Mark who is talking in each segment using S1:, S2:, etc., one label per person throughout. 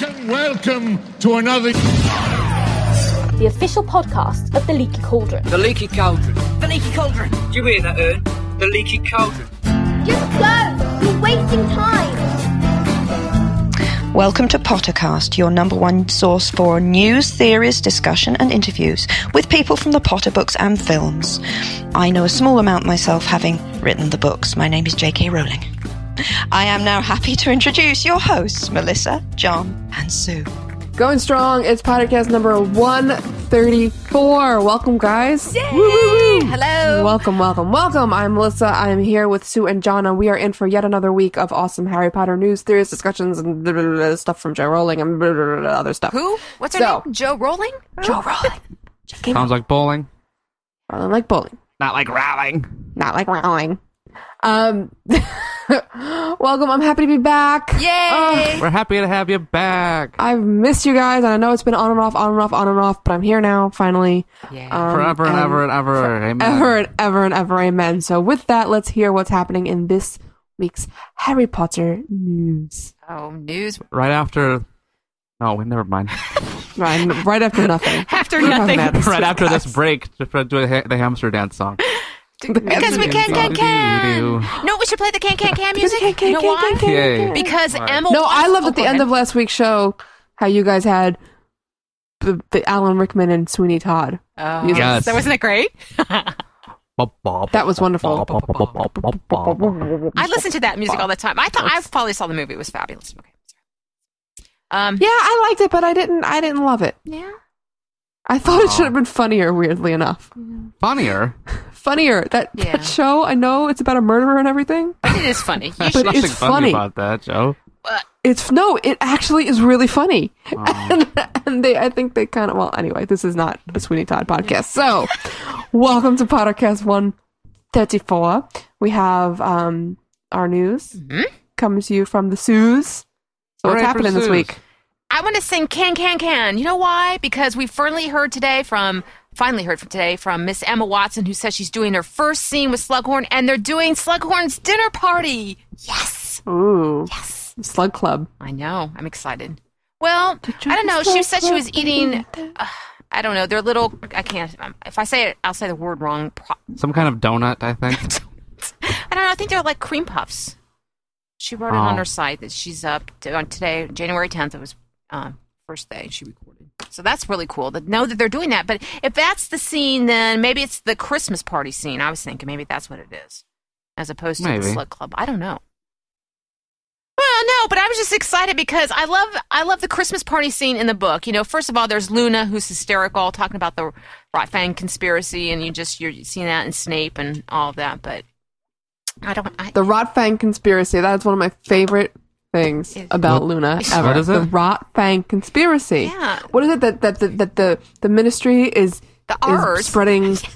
S1: Welcome to another.
S2: the official podcast of The Leaky Cauldron.
S3: The leaky cauldron.
S4: The leaky cauldron.
S3: Do you hear that, Ern? The leaky cauldron.
S5: Just go! You're wasting time!
S6: Welcome to Pottercast, your number one source for news, theories, discussion, and interviews with people from the Potter books and films. I know a small amount myself, having written the books. My name is J.K. Rowling. I am now happy to introduce your hosts, Melissa, John, and Sue.
S7: Going strong. It's podcast number 134. Welcome, guys.
S8: Hello.
S7: Welcome, welcome, welcome. I'm Melissa. I'm here with Sue and John, and we are in for yet another week of awesome Harry Potter news, theories, discussions, and blah, blah, blah, stuff from Joe Rowling and blah, blah, blah, other stuff.
S8: Who? What's her
S7: So-
S8: name? Joe Rolling?
S7: Joe Rowling.
S9: Sounds like bowling.
S7: I don't like bowling.
S9: Not like rowling.
S7: Not like Rowling. Um, welcome. I'm happy to be back.
S8: Yay!
S9: We're happy to have you back.
S7: I've missed you guys, and I know it's been on and off, on and off, on and off, but I'm here now, finally.
S8: Yeah.
S7: Um,
S9: Forever and ever and ever. Amen.
S7: ever and ever and ever. Amen. So, with that, let's hear what's happening in this week's Harry Potter news.
S8: oh, news.
S9: Right after. Oh, wait, never mind.
S7: Right, right after nothing.
S8: After
S7: We're talking
S8: nothing.
S7: about this
S9: right
S7: week,
S9: after this
S7: guys.
S9: break, just uh, do the ha- the hamster dance song.
S8: Because we can, can, can. No, we should play the can, can, can
S7: Because
S8: music.
S7: can, can,
S8: you know
S7: can,
S8: why?
S7: can, can,
S9: Yay.
S7: can.
S8: Because Emma.
S7: No,
S8: wants
S7: I loved
S8: a
S7: at the end
S8: woman.
S7: of last week's show how you guys had the, the Alan Rickman and Sweeney Todd.
S8: Oh,
S7: music.
S9: Yes.
S8: So wasn't it great?
S7: That was wonderful.
S8: I listened to that music all the time. I thought I probably saw the movie. It was fabulous. Okay. sorry. Um.
S7: Yeah, I liked it, but I didn't. I didn't love it.
S8: Yeah.
S7: I thought it should have been funnier. Weirdly enough,
S9: Uh-huh. Funnier.
S7: funnier. That,
S8: Yeah.
S7: that show. I know it's about a murderer and everything.
S8: It is funny. You
S7: But
S8: should.
S9: Nothing
S7: it's
S9: funny
S7: funny.
S9: about that, Joe.
S7: It's no, it actually is really funny, and, and they, I think they kind of. Well, anyway, this is not a Sweeney Todd podcast. So, welcome to Podcast One Thirty Four. We have um our news
S8: Mm-hmm.
S7: comes to you from the Sues. So,
S9: Hooray
S7: what's
S9: for
S7: happening this
S9: Suze.
S7: week?
S8: I want to sing can, can, can. You know why? Because we finally heard today from. Finally heard from today from Miss Emma Watson, who says she's doing her first scene with Slughorn, and they're doing Slughorn's dinner party. Yes.
S7: Ooh,
S8: Yes.
S7: Slug Club.
S8: I know. I'm excited. Well, I don't know. She said she was eating. Uh, I don't know. They're little. I can't. Um, if I say it, I'll say the word wrong. Pro-
S9: Some kind of donut, I think.
S8: I don't know. I think they're like cream puffs. She wrote it on
S9: Oh.
S8: her site that she's up to, on today, January 10th. It was um, first day she recorded. So that's really cool to know that they're doing that. But if that's the scene, then maybe it's the Christmas party scene. I was thinking maybe that's what it is, as opposed to the
S9: Maybe.
S8: Slut Club. I don't know. Well, no, but I was just excited because I love I love the Christmas party scene in the book. You know, first of all, there's Luna who's hysterical, talking about the Rot Fang conspiracy, and you just you're seeing that in Snape and all of that. But I don't. I,
S7: The Rot Fang conspiracy. That's one of my favorite things
S8: It-
S7: about Luna ever.
S9: What is it?
S7: The Rot Fang conspiracy.
S8: Yeah.
S7: What is it that that that, that the the ministry is
S8: the
S7: is
S8: R's
S7: spreading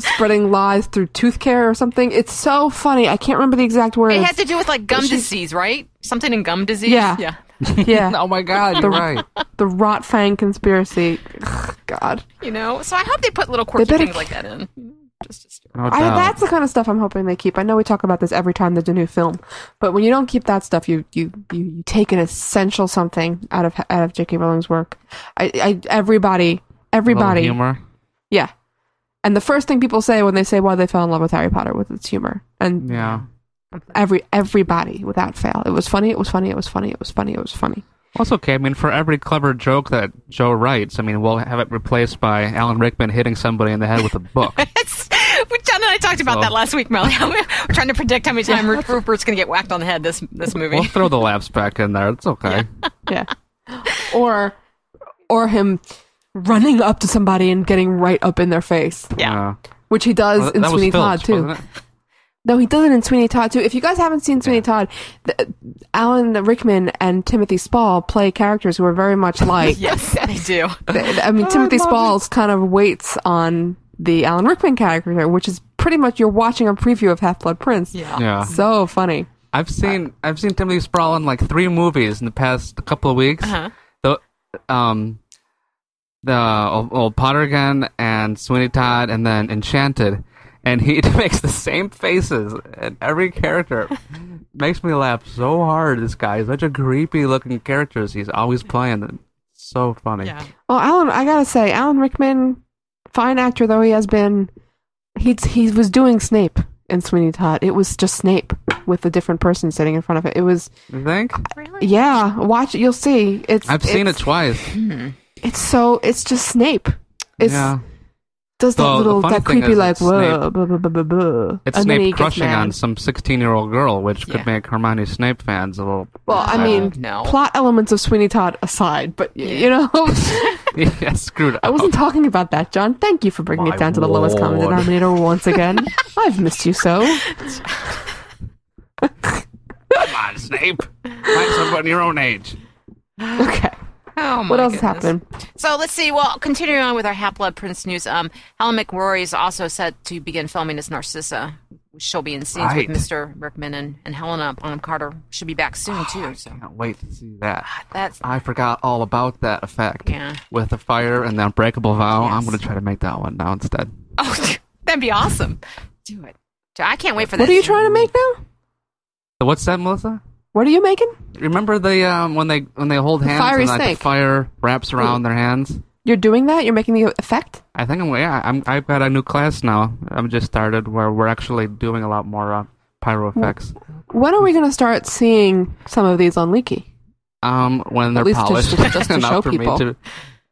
S8: Yes.
S7: spreading lies through tooth care or something. It's so funny. I can't remember the exact words.
S8: It had to do with like gum disease, right? Something in gum disease.
S7: Yeah.
S8: Yeah.
S7: yeah,
S9: oh my God, you're right.
S7: the Rot Fang conspiracy. Ugh, God,
S8: You know. So I hope they put little quirky
S7: better
S8: things like that in. Just, just
S9: No
S7: I,
S9: doubt.
S7: that's the kind of stuff I'm hoping they keep. I know we talk about this every time there's a new film, but when you don't keep that stuff, you you you, you take an essential something out of out of J.K. Rowling's work. I, I everybody
S9: A little
S7: everybody
S9: humor.
S7: yeah. And the first thing people say when they say why they fell in love with Harry Potter was its humor, and
S9: Yeah.
S7: every everybody without fail. It was funny. It was funny. It was funny. It was funny. It was funny.
S9: Well, it's okay. I mean, for every clever joke that Joe writes, I mean, we'll have it replaced by Alan Rickman hitting somebody in the head with a book.
S8: It's, we, John and I talked about
S9: So-
S8: that last week, Molly. We're trying to predict how many times Rupert's going to get whacked on the head this this movie.
S9: we'll throw the laughs back in there. It's okay.
S7: Yeah. or or him running up to somebody and getting right up in their face,
S8: Yeah.
S9: Uh,
S7: which he does
S9: well,
S7: in
S9: that was
S7: Sweeney
S9: Phillips,
S7: Todd too.
S9: wasn't it?
S7: No, he does it in Sweeney Todd too. If you guys haven't seen Sweeney Todd, th- Alan Rickman and Timothy Spall play characters who are very much like.
S8: Yes, they do.
S7: th- I mean, Timothy Spall's kind of waits on the Alan Rickman character, which is pretty much you're watching a preview of Half Blood Prince.
S8: Yeah.
S9: Yeah.
S7: So funny.
S9: I've seen I've seen Timothy Spall in like three movies in the past couple of weeks.
S8: Uh-huh.
S9: The um the old, old Potter again and Sweeney Todd and then Enchanted.
S10: and he makes the same faces and every character. makes me laugh so hard. This guy is such a creepy looking character. He's always playing. It's so funny.
S8: Yeah.
S7: Well, Alan, I gotta say, Alan Rickman, fine actor though he has been, he he was doing Snape in Sweeney Todd. It was just Snape with a different person sitting in front of it. It was,
S10: You think?
S8: Really?
S7: yeah, watch it, you'll see. It's
S10: I've seen it
S7: it's,
S10: twice.
S7: It's so it's just Snape. It's
S10: yeah.
S7: does that
S10: Well, the
S7: little
S10: funny
S7: that
S10: thing
S7: creepy
S10: is
S7: like uh,
S10: it's Snape.
S7: whoa, blah, blah, blah, blah, blah.
S10: It's
S7: and then he
S10: Snape
S7: gets
S10: crushing
S7: mad.
S10: on some 16 year old girl, which could
S8: Yeah.
S10: make Hermione Snape fans a little.
S7: Well, I mean,
S8: no.
S7: plot elements of Sweeney Todd aside, but y you know.
S10: yeah, screwed up.
S7: I wasn't talking about that, John. Thank you for bringing
S10: My
S7: it down to the lowest common
S10: lord.
S7: denominator once again. I've missed you so.
S10: Come on, Snape. Find someone your own age.
S7: Okay.
S8: Oh my
S7: What else
S8: goodness.
S7: happened?
S8: So let's see. Well, continuing on with our Half Blood Prince news, um, Helen McRory is also set to begin filming as Narcissa. She'll be in scenes
S10: Right.
S8: with Mr. Rickman and, and Helena Bonham Carter. Should be back soon
S7: Oh,
S8: too. So
S10: Can't wait to see that.
S8: that's
S10: I forgot all about that effect.
S8: Yeah.
S10: With the fire and the unbreakable vow, I'm
S8: Yes.
S10: going to try to make that one now instead.
S8: oh, that'd be awesome. Do it. I can't wait for this.
S7: What are you trying to make now?
S10: So what's that, Melissa?
S7: What are you making?
S10: Remember the um, when they when they hold hands
S7: fiery
S10: and like,
S7: snake.
S10: the fire wraps around their hands.
S7: You're doing that? You're making the effect?
S10: I think I'm yeah. I'm I've got a new class now. I'm just started where we're actually doing a lot more uh, pyro effects.
S7: When are we going to start seeing some of these on Leaky?
S10: Um, when they're
S7: least just-
S10: polished
S7: just- just to
S10: enough
S7: show
S10: for
S7: people.
S10: me to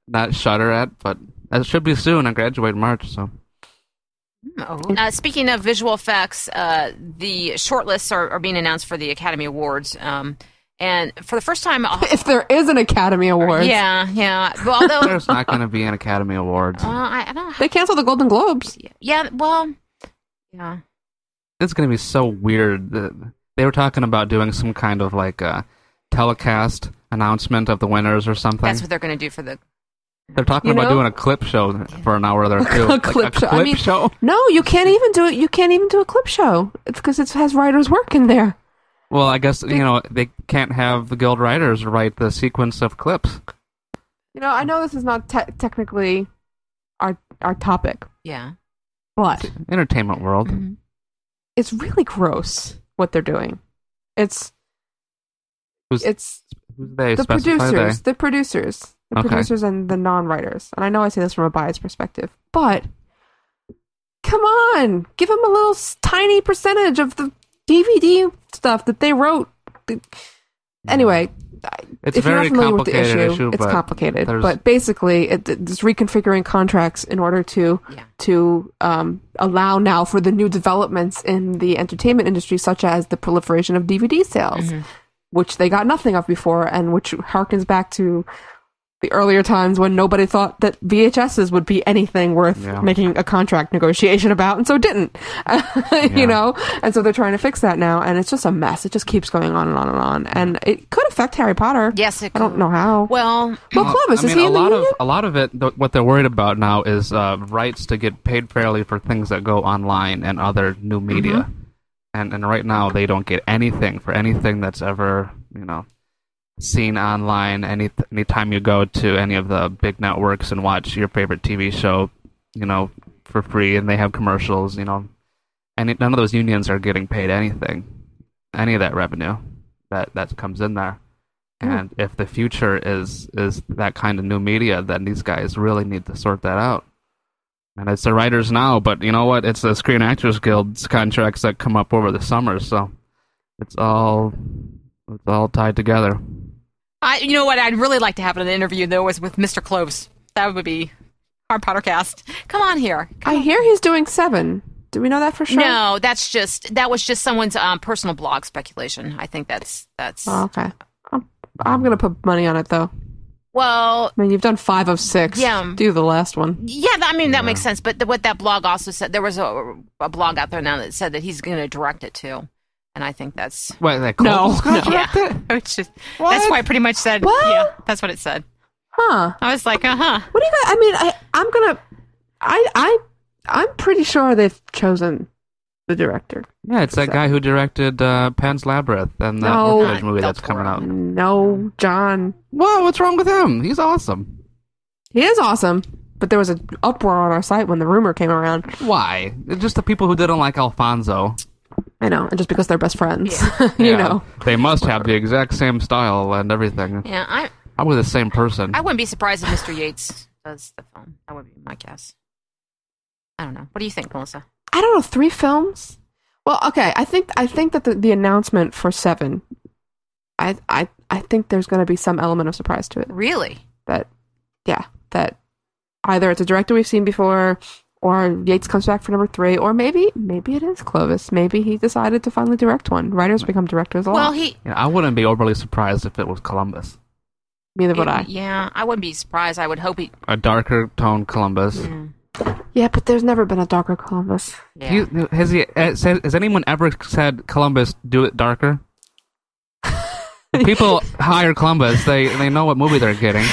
S10: not shudder at, but it should be soon. I graduate in March, so
S8: Uh, speaking of visual effects, uh, the shortlists are, are being announced for the Academy Awards. Um, and for the first time,
S7: If there is an Academy Award.
S8: yeah, yeah. Well, although
S10: there's not going to be an Academy Awards.
S8: well, I, I don't.
S7: They canceled the Golden Globes.
S8: Yeah, well, yeah.
S10: It's going to be so weird. that- They were talking about doing some kind of like uh telecast announcement of the winners or something.
S8: That's what they're going to do for the
S10: They're talking
S7: You
S10: about
S7: know?
S10: doing a clip show for an hour there too.
S7: A
S10: Like,
S7: clip show. I
S10: clip
S7: mean-
S10: show?
S7: No, you can't even do it. You can't even do a clip show. It's because it has writers' work in there.
S10: Well, I guess you know they can't have the guild writers write the sequence of clips.
S7: You know, I know this is not te- technically our our topic,
S8: yeah.
S7: but
S10: Entertainment world.
S7: it's really gross what they're doing. It's
S10: Who's-
S7: it's
S10: Who's they?
S7: the
S10: Specify they?
S7: producers, the producers, the
S10: Okay.
S7: producers, and the non-writers. And I know I say this from a biased perspective, but come on, give them a little s- tiny percentage of the DVD stuff that they wrote. The- Anyway, I-
S10: It's
S7: if
S10: very
S7: you're not familiar with the
S10: complicated
S7: issue,
S10: issue,
S7: it's
S10: but
S7: complicated.
S10: there's-
S7: But basically, it, it's reconfiguring contracts in order to
S8: Yeah.
S7: to um, allow now for the new developments in the entertainment industry, such as the proliferation of DVD sales, which they got nothing of before, and which harkens back to the earlier times when nobody thought that VHSs would be anything worth
S10: Yeah.
S7: making a contract negotiation about, and so didn't.
S10: Yeah.
S7: you know, and so they're trying to fix that now, and it's just a mess. It just keeps going on and on and on, and it could affect Harry Potter.
S8: Yes, it
S7: I don't
S8: could.
S7: know how.
S8: Well,
S7: well,
S10: Well,
S7: Clovis
S10: Uh, I
S7: is
S10: mean,
S7: he
S10: a
S7: in the
S10: lot
S7: union?
S10: of a lot of it. Th- what they're worried about now is uh, rights to get paid fairly for things that go online and other new
S7: Mm-hmm.
S10: media, and and right now they don't get anything for anything that's ever you know seen online. Any anytime you go to any of the big networks and watch your favorite TV show, you know, for free, and they have commercials, you know, and it, none of those unions are getting paid anything, any of that revenue that that comes in there.
S7: Mm-hmm.
S10: And if the future is is that kind of new media, then these guys really need to sort that out. And it's the writers now, but you know what? It's the Screen Actors Guild's contracts that come up over the summer, so it's all it's all tied together.
S8: I you know what I'd really like to have in an interview though is with Mr. Cloves. That would be our Pottercast. Come on here.
S7: I hear he's doing seven. Do we know that for sure?
S8: No, that's just that was just someone's um, personal blog speculation. I think that's that's
S7: Oh, okay. I'm, I'm gonna put money on it though.
S8: well,
S7: I mean, you've done five of six.
S8: Yeah.
S7: Do the last one.
S8: yeah. I mean that makes sense. But the, what that blog also said, there was a, a blog out there now that said that he's going to direct it too, and I think that's
S10: Wait, that
S7: No,
S10: Cole's gonna
S7: no.
S10: direct it?
S8: it's just that's why I pretty much said
S7: What?
S8: yeah. That's what it said.
S7: Huh?
S8: I was like, uh huh.
S7: What do you? Got, I mean, I I'm gonna. I I I'm pretty sure they've chosen the director.
S10: Yeah, it's that guy who directed uh, Pan's Labyrinth and the
S7: No.
S10: orphanage movie that's
S8: That's
S10: coming out.
S7: No, John.
S10: Whoa, what's wrong with him? He's awesome.
S7: He is awesome. but there was an uproar on our site when the rumor came around.
S10: Why? It's just the people who didn't like Alfonso.
S7: I know, and just because they're best friends, you
S10: Yeah.
S7: know.
S10: They must have the exact same style and everything.
S8: Yeah, I
S10: Probably the same person.
S8: I wouldn't be surprised if Mr. Yates does the film. That would be my guess. I don't know. What do you think, Melissa?
S7: I don't know, three films. Well, okay, I think I think that the, the announcement for seven, I I I think there's going to be some element of surprise to it.
S8: Really?
S7: That, yeah, that either it's a director we've seen before, or Yates comes back for number three, or maybe maybe it is Clovis. Maybe he decided to finally direct one. Writers become directors a lot.
S8: Well, he.
S10: Yeah, I wouldn't be overly surprised if it was Columbus.
S7: Neither would I.
S8: Yeah, I wouldn't be surprised. I would hope he.
S10: A darker tone Columbus.
S7: Yeah, but there's never been a darker Columbus.
S8: Yeah.
S10: Do you- has, he, has, has anyone ever said Columbus do it darker? People hire Columbus. They they know what movie they're getting.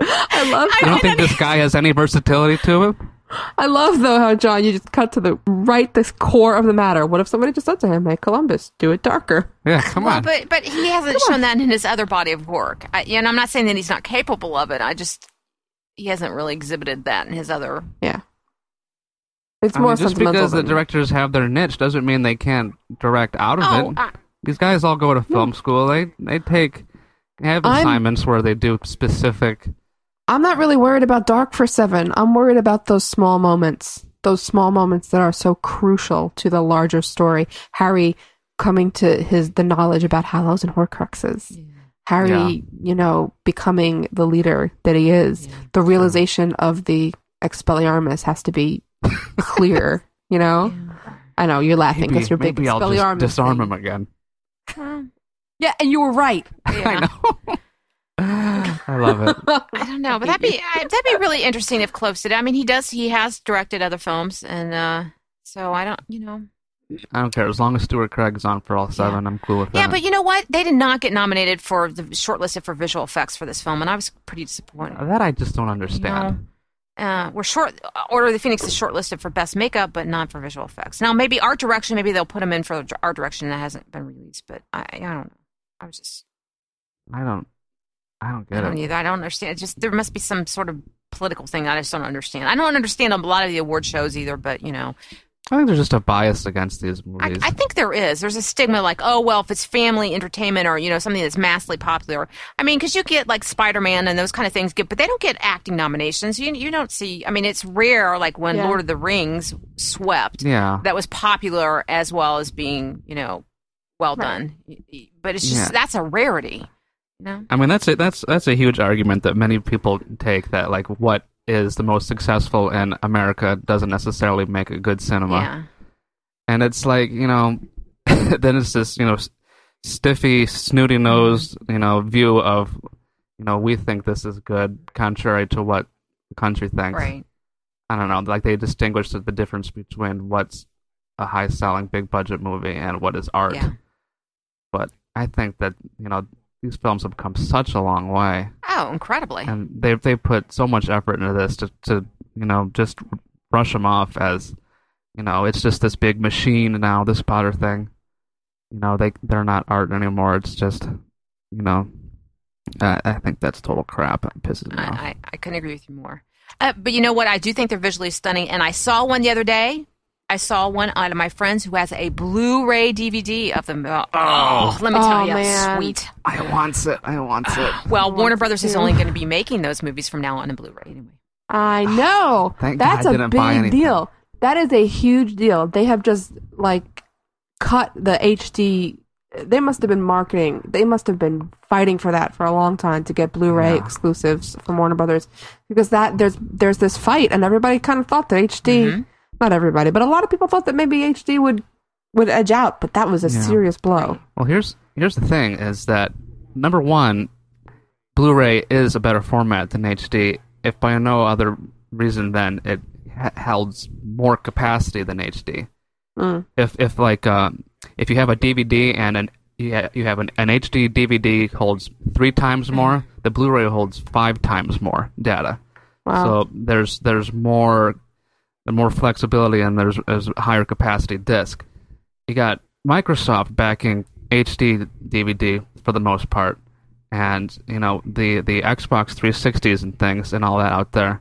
S7: I love
S10: You don't think this guy has any versatility to him?
S7: I love though how John you just cut to the right this core of the matter. What if somebody just said to him, "Hey Columbus, do it darker"?
S10: Yeah, come
S8: well,
S10: on.
S8: but but he hasn't shown that in his other body of work. I, you know, I'm not saying that he's not capable of it. I just he hasn't really exhibited that in his other.
S7: Yeah, it's
S10: I
S7: more
S10: mean, just
S7: sentimental.
S10: because the
S7: than-
S10: directors have their niche doesn't mean they can't direct out of
S8: Oh,
S10: it.
S8: I-
S10: These guys all go to film school. They they take they have
S7: Hmm. I'm-
S10: assignments where they do specific.
S7: I'm not really worried about dark for seven. I'm worried about those small moments, those small moments that are so crucial to the larger story. Harry coming to his the knowledge about Hallows and Horcruxes. Harry,
S10: Yeah.
S7: you know, becoming the leader that he is. The realization of the Expelliarmus has to be clear. you know, I know you're laughing
S10: Maybe,
S7: because you're big
S10: maybe I'll
S7: Expelliarmus.
S10: just disarm
S7: thing.
S10: him again.
S7: Yeah, and you were right.
S8: yeah.
S10: I love it.
S8: I don't know, but that'd be I- that'd be really interesting if Close did. I mean, he does. He has directed other films, and uh, so I don't. You know.
S10: I don't care as long as Stuart Craig's on for all seven. I'm cool with
S8: Yeah,
S10: that.
S8: but you know what? They did not get nominated for the shortlisted for visual effects for this film, and I was pretty disappointed.
S10: that I just don't understand.
S8: uh, we're short. Order of the Phoenix is shortlisted for best makeup, but not for visual effects. Now, maybe art direction. Maybe they'll put them in for art direction that hasn't been released. But I, I don't know. I was just.
S10: I don't. I don't
S8: I
S10: get
S8: don't
S10: it.
S8: either. I don't understand. It's just there must be some sort of political thing I just don't understand. I don't understand a lot of the award shows either. But you know,
S10: I think there's just a bias against these
S8: I,
S10: movies.
S8: I think there is. There's a stigma like, oh, well, if it's family entertainment or, you know, something that's massively popular. I mean, because you get like Spider Man and those kind of things, get, but they don't get acting nominations. You, you don't see, I mean, it's rare, like when
S7: Yeah.
S8: Lord of the Rings swept,
S10: yeah.
S8: that was popular as well as being, you know, well done. Y- y- But it's just,
S10: Yeah.
S8: that's a rarity. You know?
S10: I mean, that's a, that's that's a huge argument that many people take that like what is the most successful in America doesn't necessarily make a good cinema,
S8: Yeah.
S10: and it's like you know, then it's this you know s- stiffy, snooty
S8: Mm-hmm.
S10: nosed you know view of you know we think this is good contrary to what the country thinks.
S8: Right.
S10: I don't know, like they distinguish the, the difference between what's a high selling big budget movie and what is art.
S8: Yeah.
S10: But I think that you know these films have come such a long way
S8: Oh, incredibly.
S10: and they they put so much effort into this to to you know just brush them off as you know it's just this big machine now this Potter thing you know they they're not art anymore it's just you know I, I think that's total crap it pisses me
S8: I,
S10: off
S8: I, I couldn't agree with you more. Uh, but you know what? I do think they're visually stunning. And I saw one the other day. I saw one out of my friends who has a Blu-ray DVD of them. Oh, let me tell
S7: Oh,
S8: you,
S7: man.
S8: sweet.
S10: I want it I want it
S8: Well, Warner Brothers is only going to be making those movies from now on in Blu-ray anyway.
S7: I know.
S10: Thank
S7: That's
S10: God I
S7: a
S10: didn't buy
S7: big
S10: anything.
S7: deal. That is a huge deal. They have just like cut the HD. They must have been marketing. They must have been fighting for that for a long time to get Blu-ray exclusives from Warner Brothers because that there's there's this fight and everybody kind of thought that HD,
S10: Mm-hmm.
S7: not everybody, but a lot of people thought that maybe HD would would edge out, but that was a serious blow.
S10: Well, here's here's the thing: is that number one, Blu-ray is a better format than HD. If by no other reason, than it ha- holds more capacity than HD.
S7: Mm.
S10: If if like um, if you have a DVD and an you ha- you have an, an HD DVD holds three times
S8: Mm.
S10: more, the Blu-ray holds five times more data.
S7: Wow.
S10: So there's there's more the more flexibility and there's, there's a higher capacity disk. You got Microsoft backing HD DVD for the most part, and you know the the Xbox 360s and things and all that out there.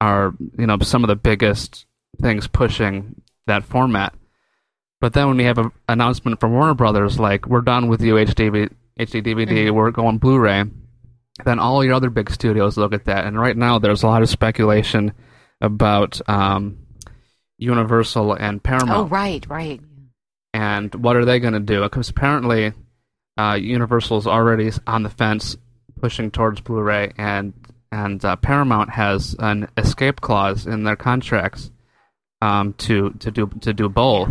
S10: are you know some of the biggest things pushing that format. But then when we have an announcement from Warner Brothers like we're done with you HD HD DVD, we're going Blu-ray, then all your other big studios look at that. And right now there's a lot of speculation about um, Universal and Paramount
S8: Oh, right, right.
S10: and what are they going to do? Because apparently, uh, Universal's already s- on the fence, pushing towards Blu-ray, and and uh, Paramount has an escape clause in their contracts um, to to do to do both.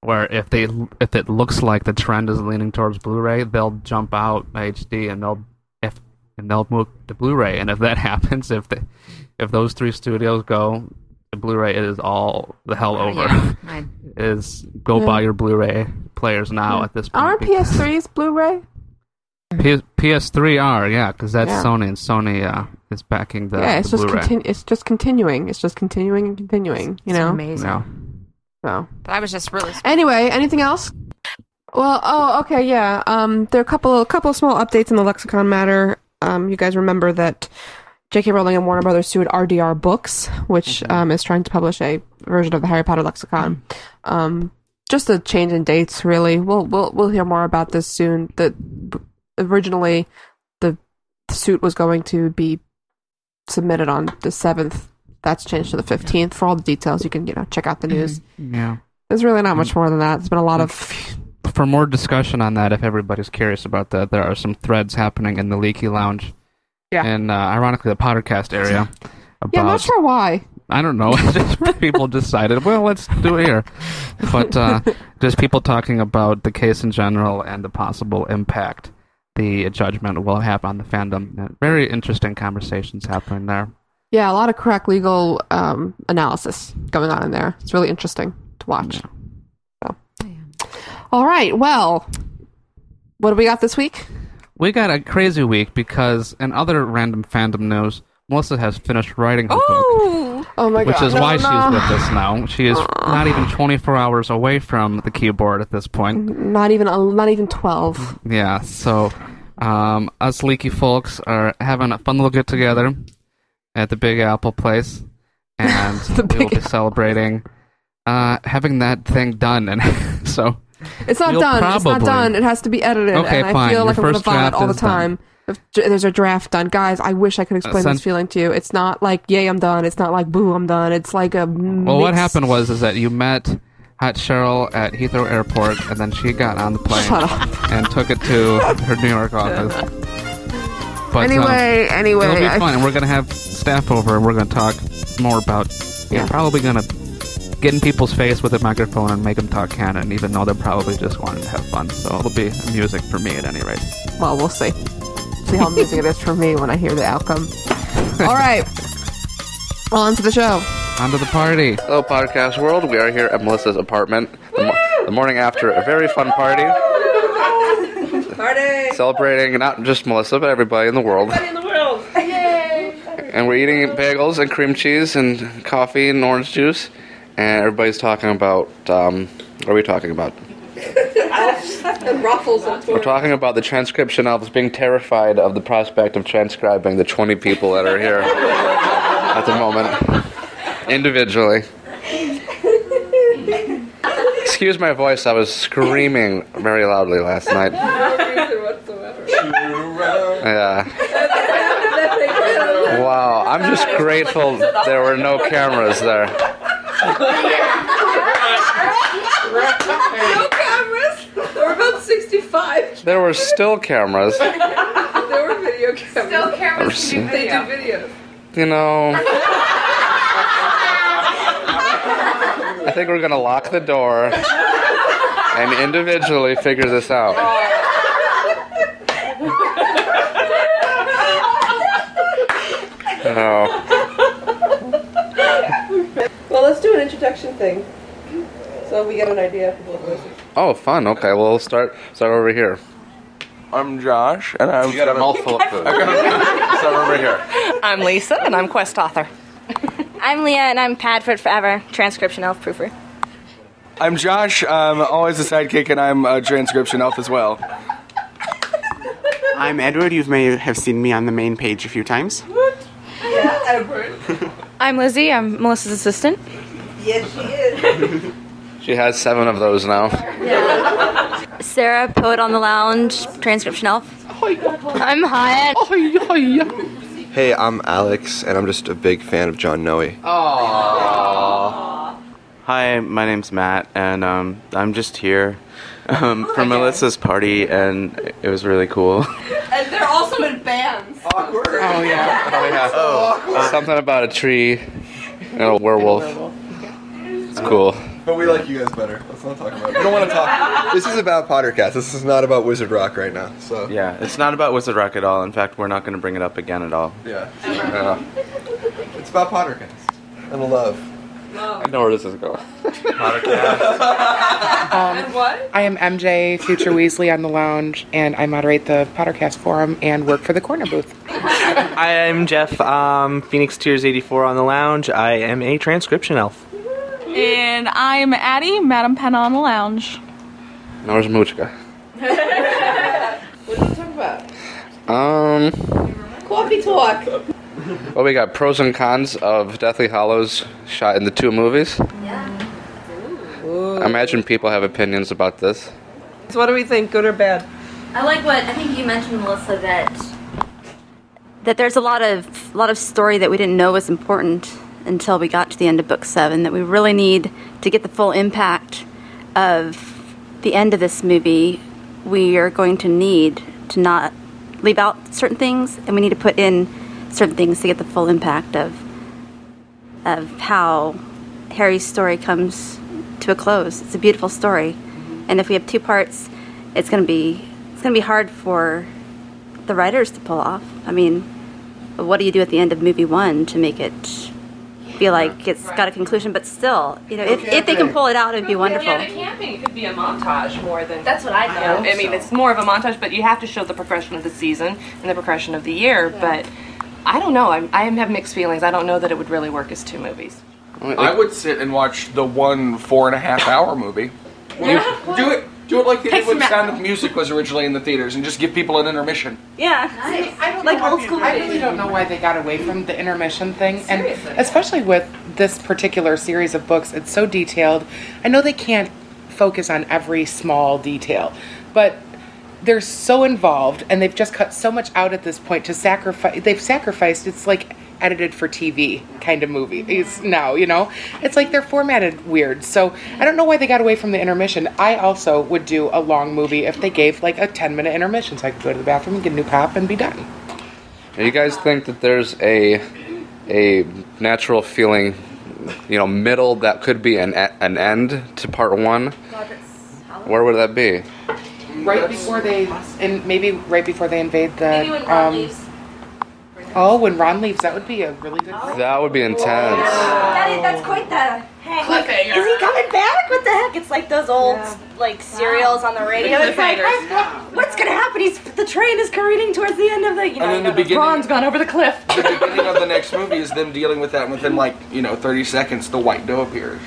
S10: Where if they if it looks like the trend is leaning towards Blu-ray, they'll jump out HD and they'll if and they'll move to Blu-ray. And if that happens, if they if those three studios go, to Blu-ray it is all the hell over
S8: Oh, Yeah. I-
S10: is go buy your Blu-ray players now at this point.
S7: Aren't
S10: because-
S7: PS3s Blu-ray?
S10: PS- PS3 are yeah, because that's
S7: Yeah.
S10: Sony and Sony uh, is backing the,
S7: yeah, it's
S10: the
S7: just
S10: Blu-ray.
S7: continu- it's just continuing. It's just continuing and continuing. You
S8: it's
S7: know.
S8: amazing.
S10: yeah.
S7: So
S8: But I was just really
S7: anyway, anything else? Well, oh, okay, yeah. Um, there are a couple, a couple of small updates in the lexicon matter. Um, you guys remember that J.K. Rowling and Warner Brothers sued RDR Books, which um, is trying to publish a version of the Harry Potter lexicon. Um, just a change in dates, really. We'll we'll we'll hear more about this soon. That originally the suit was going to be submitted on the seventh. That's changed to the fifteenth. For all the details, you can you know check out the news.
S10: yeah.
S7: There's really not
S10: Mm.
S7: much more than that. There's been a lot of
S10: For more discussion on that, if everybody's curious about that, there are some threads happening in the Leaky Lounge,
S7: Yeah.
S10: and uh, ironically the podcast area. About
S7: yeah, I'm not sure why.
S10: I don't know. just people decided, well, let's do it here. But uh, just people talking about the case in general and the possible impact the judgment will have on the fandom. Uh, Very interesting conversations happening there.
S7: Yeah, a lot of correct legal um, analysis going on in there. It's really interesting to watch. So. All right, well, what do we got this week?
S10: We got a crazy week because, in other random fandom news, Melissa has finished writing her book.
S8: Ooh.
S7: Oh my
S10: Which
S7: god!
S10: is
S7: no, no.
S10: why she's with us now. She is not even 24 hours away from the keyboard at this point.
S7: not even not even twelve.
S10: Yeah, so um, us leaky folks are having a fun little get together at the Big Apple place, and we will
S7: Big
S10: be celebrating uh, having that thing done. And so,
S7: It's not
S10: You'll
S7: done. It's not
S10: probably-
S7: done. It has to be edited,
S10: Okay,
S7: and I
S10: fine.
S7: feel like
S10: Your
S7: I'm
S10: first
S7: gonna vomit
S10: draft
S7: all the
S10: is done. Uh,
S7: time. If j- there's a draft done, guys. I wish I could explain
S10: send-
S7: this feeling to you. It's not like yay, I'm done. It's not like boo, I'm done. It's like a
S10: well, what happened was is that you met Hot Cheryl at Heathrow Airport, and then she got on the plane
S7: Shut up.
S10: and took it to her New York office. But, uh,
S7: Anyway, anyway,
S10: it'll be
S7: I-
S10: fun. and we're gonna have staff over, and we're gonna talk more about.
S7: Yeah.
S10: You're probably gonna get in people's face with a microphone and make them talk canon, even though they're probably just wanting to have fun. So it'll be music for me at any rate.
S7: Well, we'll see. See how amusing it is for me when I hear the outcome. All right. On to the show.
S10: Onto the party. Hello, podcast world. We are here at Melissa's apartment the, mo- the morning after a very fun party. Party! Celebrating not just Melissa, but everybody in the world. Everybody in the world! Yay! And we're eating bagels and cream cheese and coffee and orange juice. And everybody's talking about. Um, what are we talking about? We're talking about the transcription elves being terrified of the prospect of transcribing the 20 people that are here at the moment individually. Excuse my voice, I was screaming very loudly last night. Yeah. Wow, I'm just grateful there were no cameras there.
S4: No cameras. There were about 65.
S10: There were still cameras.
S4: There were video cameras. Still cameras. They did videos.
S10: You know. I think we're gonna lock the door and individually figure this out. Oh.
S4: Well, let's do an introduction thing. So we get an idea for both of us.
S10: Oh, fun. Okay, well, we'll start start over here.
S11: I'm Josh, and I'm.
S10: You got a mouthful of food.
S11: start over here.
S12: I'm Lisa, and I'm quest author.
S13: I'm Leah, and I'm Padford Forever, transcription elf proofer.
S11: I'm Josh. I'm always a sidekick, and I'm a transcription elf as well.
S14: I'm Edward. You may have seen me on the main page a few times.
S4: What? Yeah, Edward.
S5: I'm Lizzie. I'm Melissa's assistant.
S4: Yes, she is.
S10: She has seven of those now.
S5: Sarah, poet on the lounge, transcription elf. I'm Hyatt.
S15: Hey, I'm Alex, and I'm just a big fan of John Noe.
S14: Hi, my name's Matt, and um, I'm just here um, for Melissa's party, and it was really cool.
S13: And they're also in bands. Awkward.
S10: Oh, yeah. Oh, yeah.
S14: uh,
S10: Something about a tree and a werewolf. It's cool.
S15: But we like you guys better. Let's not talk about it. We don't want to talk. This is about Pottercast. This is not about Wizard Rock right now. So
S14: Yeah, it's not about Wizard Rock at all. In fact, we're not going to bring it up again at all.
S15: Yeah.
S14: Yeah.
S15: It's about Pottercast and love.
S10: I know where this is going.
S16: and what? I am MJ, future Weasley on the lounge, and I moderate the Pottercast forum and work for the corner booth.
S17: I'm Jeff, um, Phoenix Tears 84 on the lounge. I am a transcription elf.
S18: And I'm Addie, Madam Penna on the lounge.
S10: Now where's Muchka?
S4: what did you talk about?
S10: Um,
S4: Coffee talk.
S10: well, we got pros and cons of Deathly Hollows shot in the two movies. I imagine people have opinions about this.
S4: So what do we think, good or bad?
S5: I like what I think you mentioned, Melissa, that that there's a lot of lot of story that we didn't know was important until we got to the end of book seven. That we really need to get the full impact of the end of this movie. We are going to need to not leave out certain things, and we need to put in certain things to get the full impact of of how Harry's story comes to a close. It's a beautiful story, and if we have two parts, it's going to be it's going to be hard for the writers to pull off. I mean, what do you do at the end of movie one to make it feel like it's got a conclusion? But still, you know, if, if they can pull it out, it'd be wonderful.
S13: Yeah, the camping could be a montage more than.
S12: That's what I do.
S13: I,
S12: I mean,
S13: mean,
S12: it's more of a montage, but you have to show the progression of the season and the progression of the year. But I don't know. I'm, I have mixed feelings. I don't know that it would really work as two movies.
S11: I would sit and watch the one four and a half hour movie. Do it. Do it like they did when Sound of Music was originally in the theaters, and just give people an intermission.
S18: Yeah. I don't
S13: Like
S18: know,
S13: old school
S18: I
S13: days.
S18: really don't know why they got away from the intermission thing. And especially with this particular series of books, it's so detailed. I know they can't focus on every small detail, but they're so involved and they've just cut so much out at this point to sacrifice they've sacrificed it's like edited for TV kind of movie It's now, you know? It's like they're formatted weird. So I don't know why they got away from the intermission. I also would do a long movie if they gave like a 10 minute intermission so I could go to the bathroom and get a new pop and be done.
S10: Do you guys think that there's a a natural feeling, you know, middle that could be an e- an end to part one? Where would that be?
S18: Right before they, and maybe right before they invade the.
S12: Maybe when Ron
S18: um, Oh, when Ron leaves, that would be a really good.
S10: That would be intense.
S13: That is, that's quite the hang. Like, is he coming back? What the heck? It's like those old like serials on the radio. It's like, I- what's gonna happen? He's the train is careening towards the end of the. You know,
S11: And then
S13: you know,
S11: the beginning-
S13: Ron's gone over the cliff.
S11: The beginning of the next movie is them dealing with that. and Within like you know thirty seconds, the White Doe appears.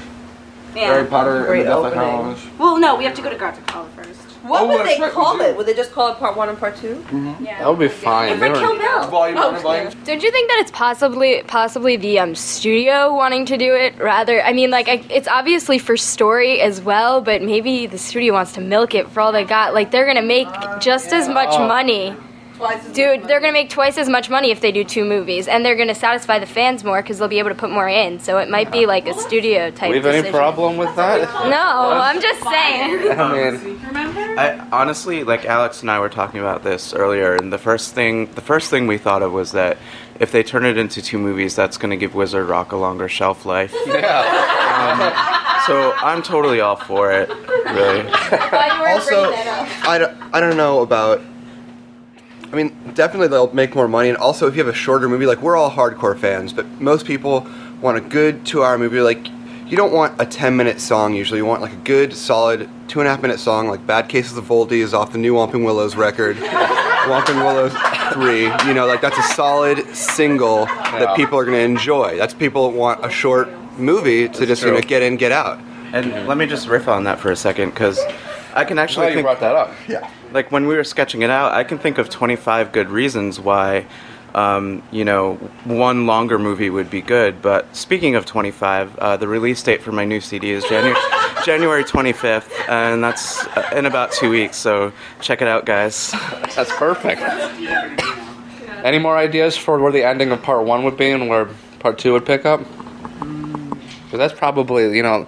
S5: Yeah.
S11: Harry Potter
S5: Great
S11: and the Deathly
S5: opening.
S11: Hallows.
S5: Well, no, we have to go to Godric Hollow first.
S4: What
S11: Oh,
S4: would
S11: that's
S4: they
S11: right, we
S4: call
S11: do.
S4: it? Would they just call it part one and part two?
S10: Mm-hmm. That would be fine. They were-
S11: Volume one and volume two.
S5: Don't you think that it's possibly possibly the um, studio wanting to do it rather? I mean, like I, it's obviously for story as well, but maybe the studio wants to milk it for all they got. Like they're gonna make just as much
S10: Oh.
S5: money. Dude, they're gonna make twice as much money if they do two movies, and they're gonna satisfy the fans more because they'll be able to put more in. So it might be like a studio type.
S10: we have any
S5: decision.
S10: problem with that?
S5: No, I'm just saying.
S10: I mean,
S14: I, honestly, like Alex and I were talking about this earlier, and the first thing the first thing we thought of was that if they turn it into two movies, that's going to give Wizard Rock a longer shelf life. Yeah. Um, so I'm totally all for it, really.
S15: also, I don't, I don't know about. I mean, definitely they'll make more money, and also if you have a shorter movie, like we're all hardcore fans, but most people want a good two-hour movie. Like, you don't want a ten-minute song usually. You want like a good, solid two and a half minute song. Like "Bad Cases of Voldy" is off the new Whomping Willows record. Whomping Willows three. You know, like that's a solid single that
S10: Yeah.
S15: people are going to enjoy. That's people want a short movie to just you know, get in, get out.
S14: And let me just riff on that for a second, because I can actually
S10: Glad you
S14: think
S10: brought that up.
S14: Like when we were sketching it out, I can think of 25 good reasons why um, you know, one longer movie would be good. But speaking of 25, uh, the release date for my new CD is January, January 25th, and that's uh, in about two weeks. So check it out, guys.
S10: That's perfect. Any more ideas for where the ending of part one would be and where part two would pick up? Because that's probably, you know,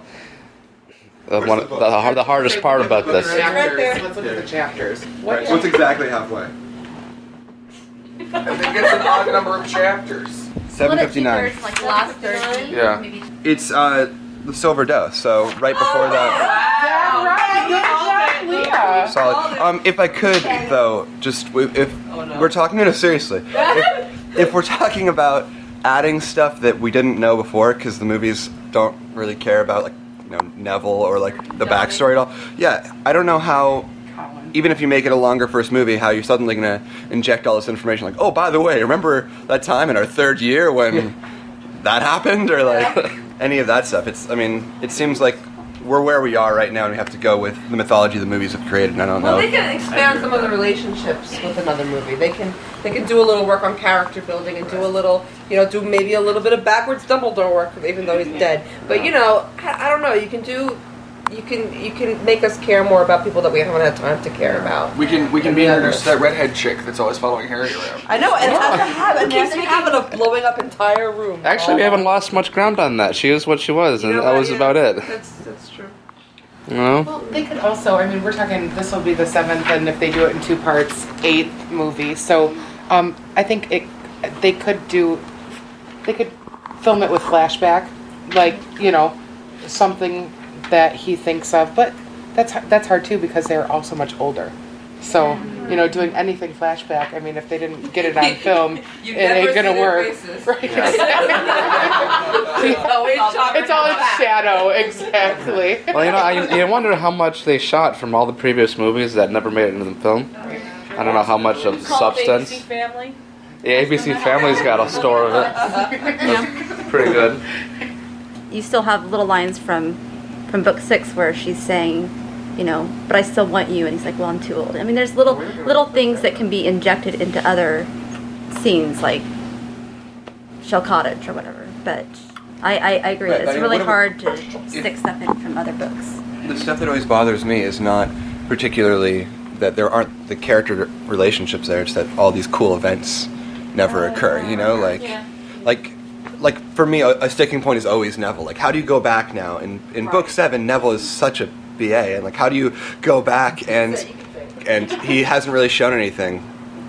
S10: the, one, the, har- the hardest part about this.
S18: Chapters. Let's look at the chapters. What
S15: What's exactly halfway?
S11: I think it's an odd number of chapters.
S15: 759.
S5: Like last Thursday.
S15: Yeah. It's uh, the Silver Dose, so right before that. Solid. Um, if I could, though, just if, if we're talking, no, no, seriously. If, if we're talking about adding stuff that we didn't know before, because the movies don't really care about, like, you know, Neville or, like, the backstory at all, yeah, I don't know how, even if you make it a longer first movie, how you're suddenly going to inject all this information, like, oh, by the way, remember that time in our third year when that happened, or, like, any of that stuff. It's, I mean, it seems like. We're where we are right now, and we have to go with the mythology the movies have created. And I don't know.
S4: Well, they can expand some of the relationships with another movie. They can they can do a little work on character building and do a little you know do maybe a little bit of backwards Dumbledore work even though he's dead. But you know I, I don't know. You can do you can you can make us care more about people that we haven't had time to care about.
S11: We can we can be introduced to that redhead chick that's always following Harry around.
S4: I know, and that's a habit. Keeps me habit of blowing up entire rooms.
S10: Actually, we haven't lost much ground on that. She is what she was, and that was about it.
S4: That's that's true.
S10: You know?
S18: Well, they could also. I mean, we're talking. This will be the seventh, and if they do it in two parts, eighth movie. So, um, I think it. They could do. They could film it with flashback, like you know, something that he thinks of. But that's that's hard too because they're all so much older. So you know, doing anything flashback. I mean, if they didn't get it on film, it ain't gonna work. Right. It's all in shadow, exactly.
S10: Well, you know, I, you wonder how much they shot from all the previous movies that never made it into the film. I don't know how much of substance.
S19: Family.
S10: The ABC Family's got a store of it. That's pretty good.
S5: You still have little lines from from book six where she's saying, you know, but I still want you, and he's like, well, I'm too old. I mean, there's little little things that can be injected into other scenes like Shell Cottage or whatever. But I I, I agree.
S15: Right,
S5: it's
S15: but I mean,
S5: really
S15: what
S5: hard to stick stuff in from other books.
S15: The stuff that always bothers me is not particularly that there aren't the character relationships there. It's that all these cool events never
S12: Oh,
S15: occur. You know, like, like, like for me, a, a sticking point is always Neville. Like, how do you go back now? In in book seven, Neville is such a ba, and like, how do you go back and and he hasn't really shown anything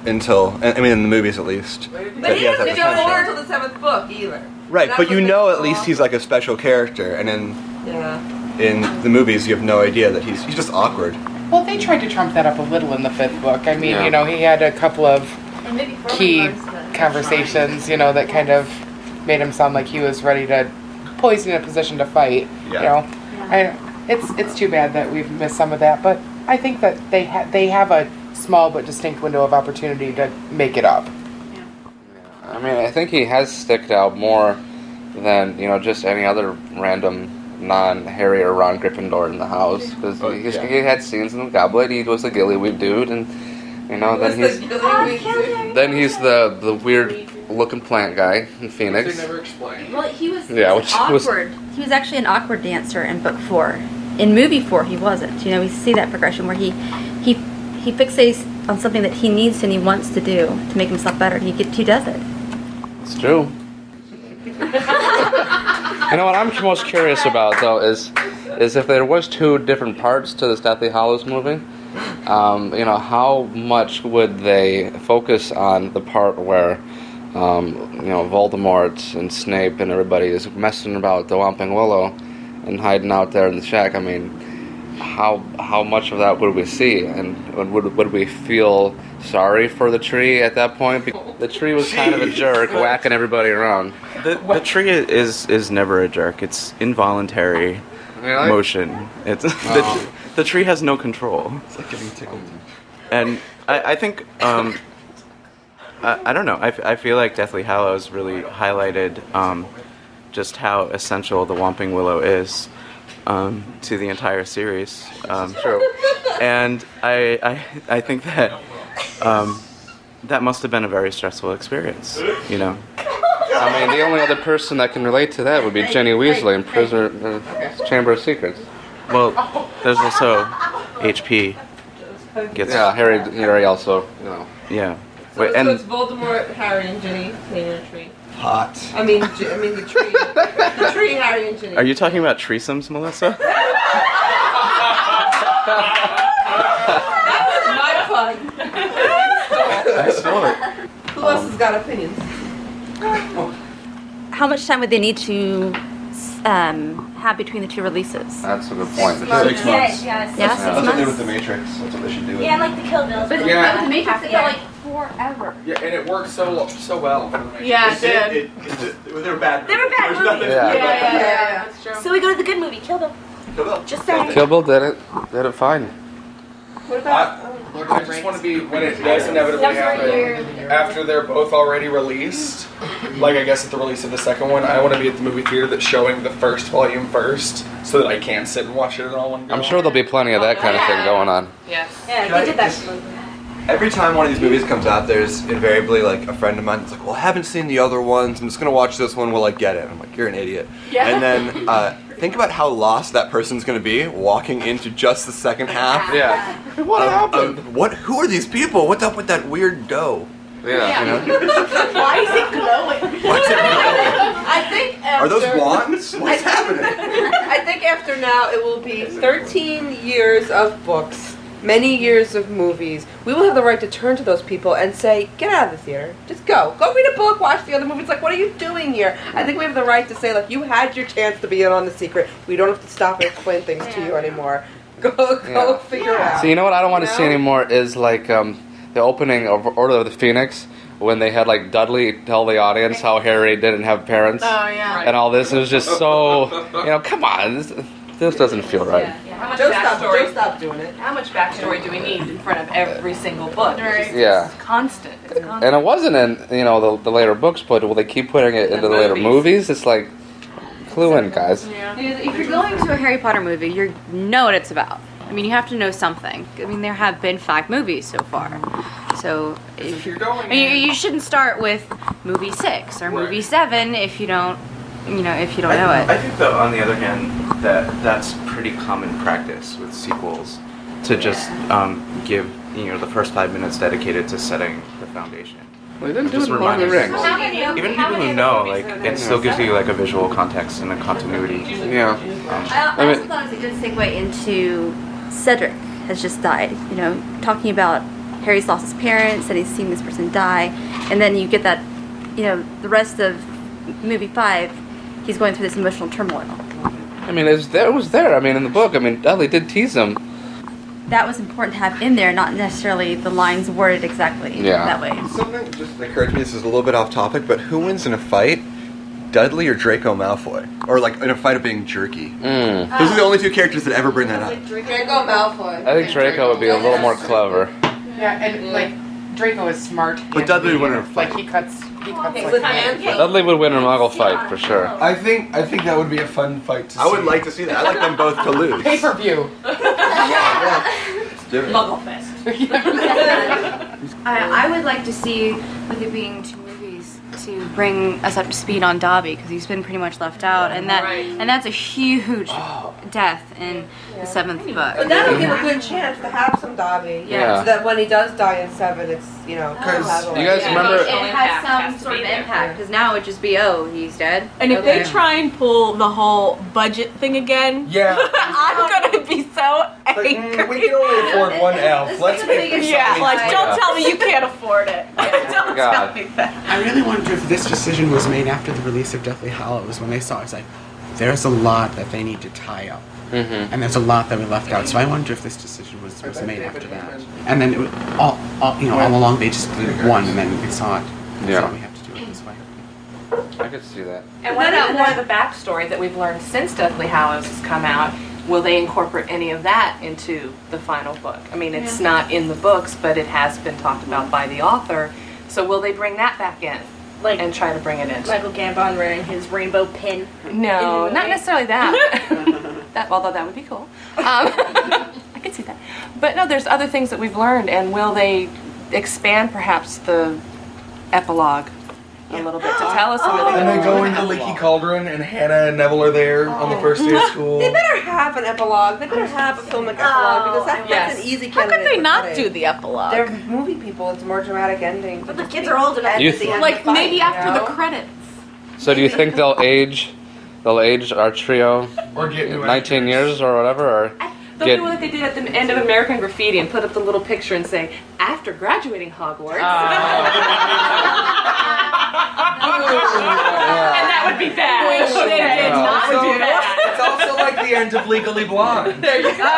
S15: until I I mean, in the movies at least. that
S12: But he
S15: has that
S12: doesn't go
S15: potential.
S12: more until the seventh book either.
S15: Right,
S12: That's
S15: but
S12: what
S15: you
S12: they-
S15: know at least he's like a special character, and in
S12: Yeah.
S15: in the movies you have no idea that he's he's just awkward.
S18: Well, they tried to trump that up a little in the fifth book. I mean,
S15: Yeah.
S18: you know, he had a couple of key conversations, you know, that kind of made him sound like he was ready to, poised in a position to fight.
S20: Yeah.
S18: You know, I, it's it's too bad that we've missed some of that, but I think that they ha- they have a small but distinct window of opportunity to make it up.
S10: I mean, I think he has sticked out more than you know just any other random non-Harry or Ron Gryffindor in the house because he, he's- he had scenes in the Goblet. He was the Gillyweed dude, and you know Oh, then he's then he's the the weird looking plant guy in Phoenix.
S5: Well, he was
S10: Yeah, which was-
S5: awkward. He was actually an awkward dancer in book four. In movie four, he wasn't. You know, we see that progression where he he he fixates on something that he needs and he wants to do to make himself better. He get, he does it.
S10: It's true. you know what I'm most curious about though is is if there was two different parts to this Deathly Hollows movie, um, you know how much would they focus on the part where um, you know Voldemort and Snape and everybody is messing about the Whomping Willow and hiding out there in the shack? I mean, how how much of that would we see, and would would, would we feel sorry for the tree at that point? Be- The tree was kind of a jerk, whacking everybody around.
S14: The, the tree i- is is never a jerk. It's involuntary
S10: Really?
S14: motion. It's
S10: Oh.
S14: the, the tree has no control. It's like getting tickled. And I, I think um, I, I don't know. I, f- I feel like Deathly Hallows really highlighted um, just how essential the Whomping Willow is um, to the entire series. Um,
S10: True.
S14: And I, I, I think that um, that must have been a very stressful experience. You know,
S10: I mean, the only other person that can relate to that would be Jenny Weasley in Prisoner uh, Chamber of Secrets.
S14: Well, there's also HP. Gets
S10: yeah, Harry. Harry also, you know.
S14: Yeah.
S4: So,
S14: Wait,
S4: so
S14: and
S4: it's Voldemort, Harry, and Ginny cleaning a tree.
S14: hot.
S4: I mean, Gi- I mean the tree, the tree, Harry and Ginny.
S14: Are you talking about threesomes, Melissa?
S4: that was my plug. Who else has got opinions?
S5: How much time would they need to um, have between the two releases?
S10: That's a good point.
S5: Six months. Six months. Yeah, yeah,
S10: Yeah.
S5: six
S15: That's what they did with the Matrix. That's what they should do. With
S13: Yeah, like the Kill Bills.
S11: But Yeah. with the
S13: Matrix,
S11: it felt like
S13: forever.
S11: Yeah, and it worked so lo- so well. for the Matrix.
S13: Yeah, it did.
S11: they were bad.
S13: They were bad
S11: There's
S13: movies.
S11: nothing- Yeah.
S13: That's true. So we go to the good movie, Kill Bill. Kill Bill. Just saying.
S10: Kill Bill did it. Did it fine.
S4: What
S11: about? I, look, I just want to be when it does inevitably
S13: That's right
S11: happen after they're both already released. Like I guess at the release of the second one, I want to be at the movie theater that's showing the first volume first, so that I can sit and watch it in all one go.
S10: I'm sure there'll be plenty of that kind of thing going on.
S13: Yes.
S15: Can I
S13: Yeah, they did that.
S15: just- Every time one of these movies comes out, there's invariably like a friend of mine that's like, "Well, I haven't seen the other ones. I'm just gonna watch this one. Will I get it?" I'm like, "You're an idiot."
S13: Yeah.
S15: And then uh, think about how lost that person's gonna be walking into just the second half.
S10: Yeah.
S15: What happened? what? Who are these people? What's up with that weird dough?
S10: Yeah.
S15: You know?
S13: Why is it glowing?
S4: I think after,
S15: Are those wands? What's happening?
S4: I think after now it will be 13 years of books, many years of movies. We will have the right to turn to those people and say, "Get out of the theater. Just go. Go read a book. Watch the other movies. Like, what are you doing here?" I think we have the right to say, "Like, you had your chance to be in on the secret. We don't have to stop and explain things to you anymore. Go, go
S10: Yeah.
S4: figure out."
S10: So you know what I don't want to see anymore is like um, the opening of Order of the Phoenix when they had like Dudley tell the audience how Harry didn't have parents.
S13: Oh, yeah.
S10: And all this it was just so you know come on this, this doesn't feel right.
S13: How much
S4: Don't stop.
S13: backstory-
S4: Don't stop doing it.
S13: How much backstory do we need in front of every single book? It's
S10: Yeah.
S13: constant. It's constant.
S10: And it wasn't in you know the, the later books, but will they keep putting it into the, later movies? It's like clue in guys.
S5: If you're going to a Harry Potter movie, you know what it's about. I mean, you have to know something. I mean, there have been five movies so far, so if
S11: you're going,
S5: you, you shouldn't start with movie six or movie seven if you don't, you know, if you don't
S14: I,
S5: know it.
S14: I think, though, on the other hand, that that's pretty common practice with sequels to just um, give you know the first five minutes dedicated to setting the foundation.
S10: Well, they didn't do
S14: Just
S10: it in Lord of the
S14: reminding
S10: Rings.
S14: people- Even people who know, like, it still gives you like a visual context and a continuity. Um,
S10: Yeah.
S5: I,
S14: I
S5: I also
S14: mean-
S5: thought it was a good segue into Cedric has just died. You know, talking about Harry's lost his parents and he's seen this person die, and then you get that, you know, the rest of movie five, he's going through this emotional turmoil.
S10: I mean it was there. It was there. I mean in the book. I mean Dudley did tease him.
S5: That was important to have in there, not necessarily the lines worded exactly
S15: Yeah.
S5: that way.
S15: Something just occurred to me. This is a little bit off topic, but who wins in a fight? Dudley or Draco Malfoy, or like in a fight of being jerky.
S10: Hmm.
S15: Those are the only two characters that ever bring that up.
S4: Draco Malfoy.
S10: I think Draco would be a little more clever.
S16: Yeah, and like Draco is smart.
S10: But Dudley would win a
S16: Like he cuts, he cuts
S4: Takes
S16: like
S4: a hand.
S10: Dudley would win a Muggle fight for sure.
S11: I think I think that would be a fun fight to
S15: I
S11: see.
S15: would like to see that. I like them both to lose.
S16: pay per view.
S15: Muggle
S5: I, I would like to see, with it being two movies, to bring us up to speed on Dobby because he's been pretty much left out, and that and that's a huge
S10: Oh.
S5: death in the seventh book.
S4: But that'll give a good chance to have some Dobby.
S5: Yeah.
S4: So that when he does die in seven, it's you know.
S10: Because
S4: level.
S10: you guys Yeah. remember-
S5: it has some sort of impact because now it would just be oh he's dead.
S19: And if they try and pull the whole budget thing again,
S11: yeah,
S19: I'm gonna be so angry.
S11: we can only afford one elf. Let's make this
S19: yeah,
S11: something
S19: like
S11: fun.
S19: don't tell me you can't afford it. don't
S11: God.
S19: tell me that.
S21: I really wonder if this decision was made after the release of Deathly Hallows when they saw it. it's like there's a lot that they need to tie up, and there's a lot that we left out. So I wonder if this decision was, was made after that. And then it was all, all Oh, you know, all along they just did one, and then we saw it.
S10: Yeah.
S21: So we have to do it this way.
S10: I could see that.
S12: And what about more of the backstory that we've learned since Deathly Hallows has come out? Will they incorporate any of that into the final book? I mean, it's
S19: Yeah.
S12: not in the books, but it has been talked about by the author. So will they bring that back in, like, and try to bring it in?
S13: Michael Gambon wearing his rainbow pin.
S12: No,
S13: In the
S12: not
S13: movie.
S12: necessarily that. that although that would be cool. Um, I could see that. But no, there's other things that we've learned, and will they expand perhaps the epilogue a little bit to tell us where
S11: And
S12: they
S11: they go into Leaky Cauldron, and Hannah and Neville are
S13: Oh.
S11: there on the first day of school.
S4: They better have an epilogue. They better have a filmic epilogue because that, that's an easy
S22: How
S4: candidate.
S22: could they
S4: for
S22: not
S4: cutting.
S22: do the epilogue?
S4: They're movie people. It's a more dramatic ending. But the kids
S13: are old enough
S10: You to see th-
S13: Like, maybe after the
S4: credits.
S10: So do you think they'll age? They'll age our trio
S11: or get
S12: new
S10: 19 years or whatever, or
S12: They'll
S10: get
S12: do what they did at the end of American Graffiti and put up the little picture and say, after graduating Hogwarts.
S11: Ah.
S12: and that would be bad.
S13: Which they did
S11: Oh,
S13: not
S11: so-
S13: do that.
S11: It's also like the end of Legally Blonde.
S13: There you go.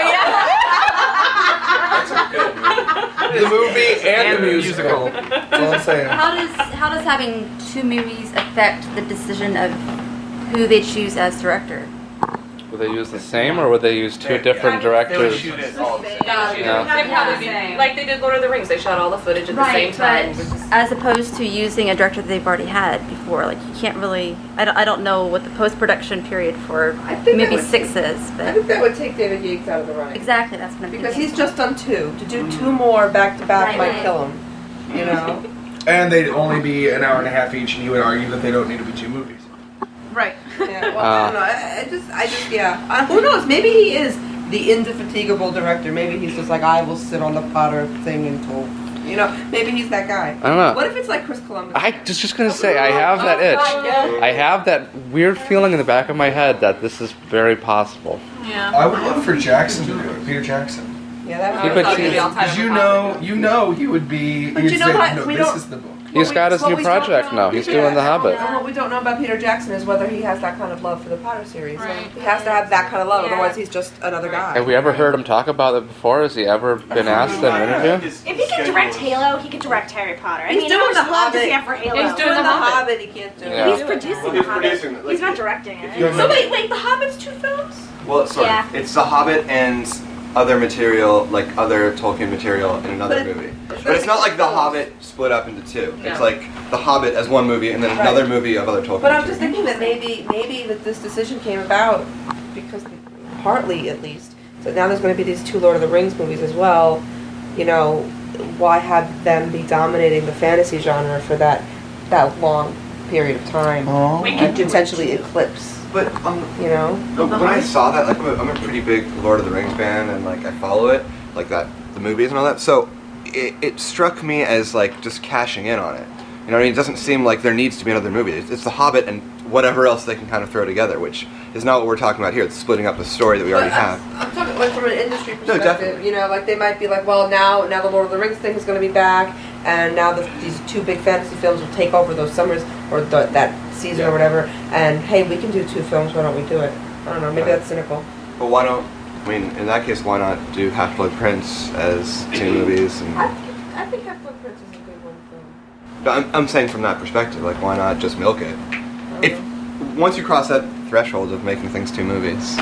S11: The movie and the musical. That's all I'm saying.
S5: How does how does having two movies affect the decision of who they choose as director?
S10: would they use the same, or would they use two different directors? Yeah.
S12: They'd probably be- Like they did Lord of the Rings, they shot all the footage at the same time.
S5: but as opposed to using a director that they've already had before, like you can't really. I don't, I don't know what the post production period for
S4: think that
S5: maybe
S4: would-
S5: six is,
S4: I
S5: but
S4: think that would take David Yates out of the running.
S5: exactly that's what I'm
S4: Because
S5: thinking.
S4: he's just done two. To do two more back to back
S5: Right,
S4: might
S5: right.
S4: kill him. You know?
S11: And they'd only be an hour and a half each, and you would argue that they don't need to be two movies.
S4: Right. Yeah, well, I
S11: Uh.
S4: don't know. I, I just, I just, yeah. Uh, who knows? Maybe he is the indefatigable director. Maybe he's just like, I will sit on the Potter thing until, you know, maybe he's that guy.
S10: I don't know.
S4: What if it's like Chris Columbus?
S10: I was just gonna say I have that
S4: Oh,
S10: itch. I have that weird feeling in the back of my head that this is very possible.
S22: Yeah.
S11: I would love for Jackson to do it, Peter Jackson.
S4: Yeah, that
S10: He
S4: would
S10: could
S4: probably
S10: see-
S4: be all time.
S11: Because you know, you know, he would be.
S4: But
S11: he'd
S4: you know
S11: say,
S4: what?
S11: No,
S4: We
S11: this
S4: don't-
S11: is the book.
S10: He's got his new project now. He's doing The Hobbit.
S4: And what we don't know about Peter Jackson is whether he has that kind of love for the Potter series. He has to have that kind of love, otherwise he's just another guy.
S10: Have we ever heard him talk about it before? Has he ever been asked in an interview?
S13: If he can direct Halo, he could direct Harry Potter. I
S4: He's
S13: mean,
S4: doing
S13: how much
S4: The
S13: love does he
S4: Hobbit.
S13: have for Halo?
S4: He's doing The Hobbit. He can't do
S10: Yeah.
S13: it. He's producing
S15: Well,
S13: The
S15: he's
S13: Hobbit.
S15: producing it, like-
S13: he's not directing it.
S15: you have no-
S13: So wait, wait, The Hobbit's two films?
S15: Well, sorry.
S13: Yeah.
S15: It's The Hobbit and other material, like other Tolkien material in another
S13: But it-
S15: movie. But it's not like The Hobbit split up into two. It's like The Hobbit as one movie and then
S4: Right.
S15: another movie of other Tolkien.
S4: But I'm
S15: material.
S4: just thinking that maybe, maybe that this decision came about because, partly at least, so now there's going to be these two Lord of the Rings movies as well. You know, why have them be dominating the fantasy genre for that that long period of time
S15: Oh, We
S4: and
S15: could do it
S4: potentially eclipse?
S15: But
S4: you know,
S15: No, when I saw that, like I'm a, I'm a pretty big Lord of the Rings fan, and like I follow it, like that the movies and all that. So it, it struck me as like just cashing in on it. You know, what I mean, it doesn't seem like there needs to be another movie. It's, it's The Hobbit and whatever else they can kind of throw together, which is not what we're talking about here. It's splitting up the story that we already have.
S4: uh, I'm talking like from an industry perspective.
S15: definitely.
S4: You know, like they might be like, well, now now the Lord of the Rings thing is going to be back, and now the, these two big fantasy films will take over those summers or the, that season or whatever. And hey, we can do two films. Why don't we do it? I don't know. Maybe
S15: Right.
S4: that's cynical.
S15: But why don't? I mean, in that case, why not do Half Blood Prince as two movies? And
S4: I think Half Blood Prince is a good one film.
S15: but I'm, I'm saying from that perspective, like why not just milk it? If once you cross that threshold of making things two movies.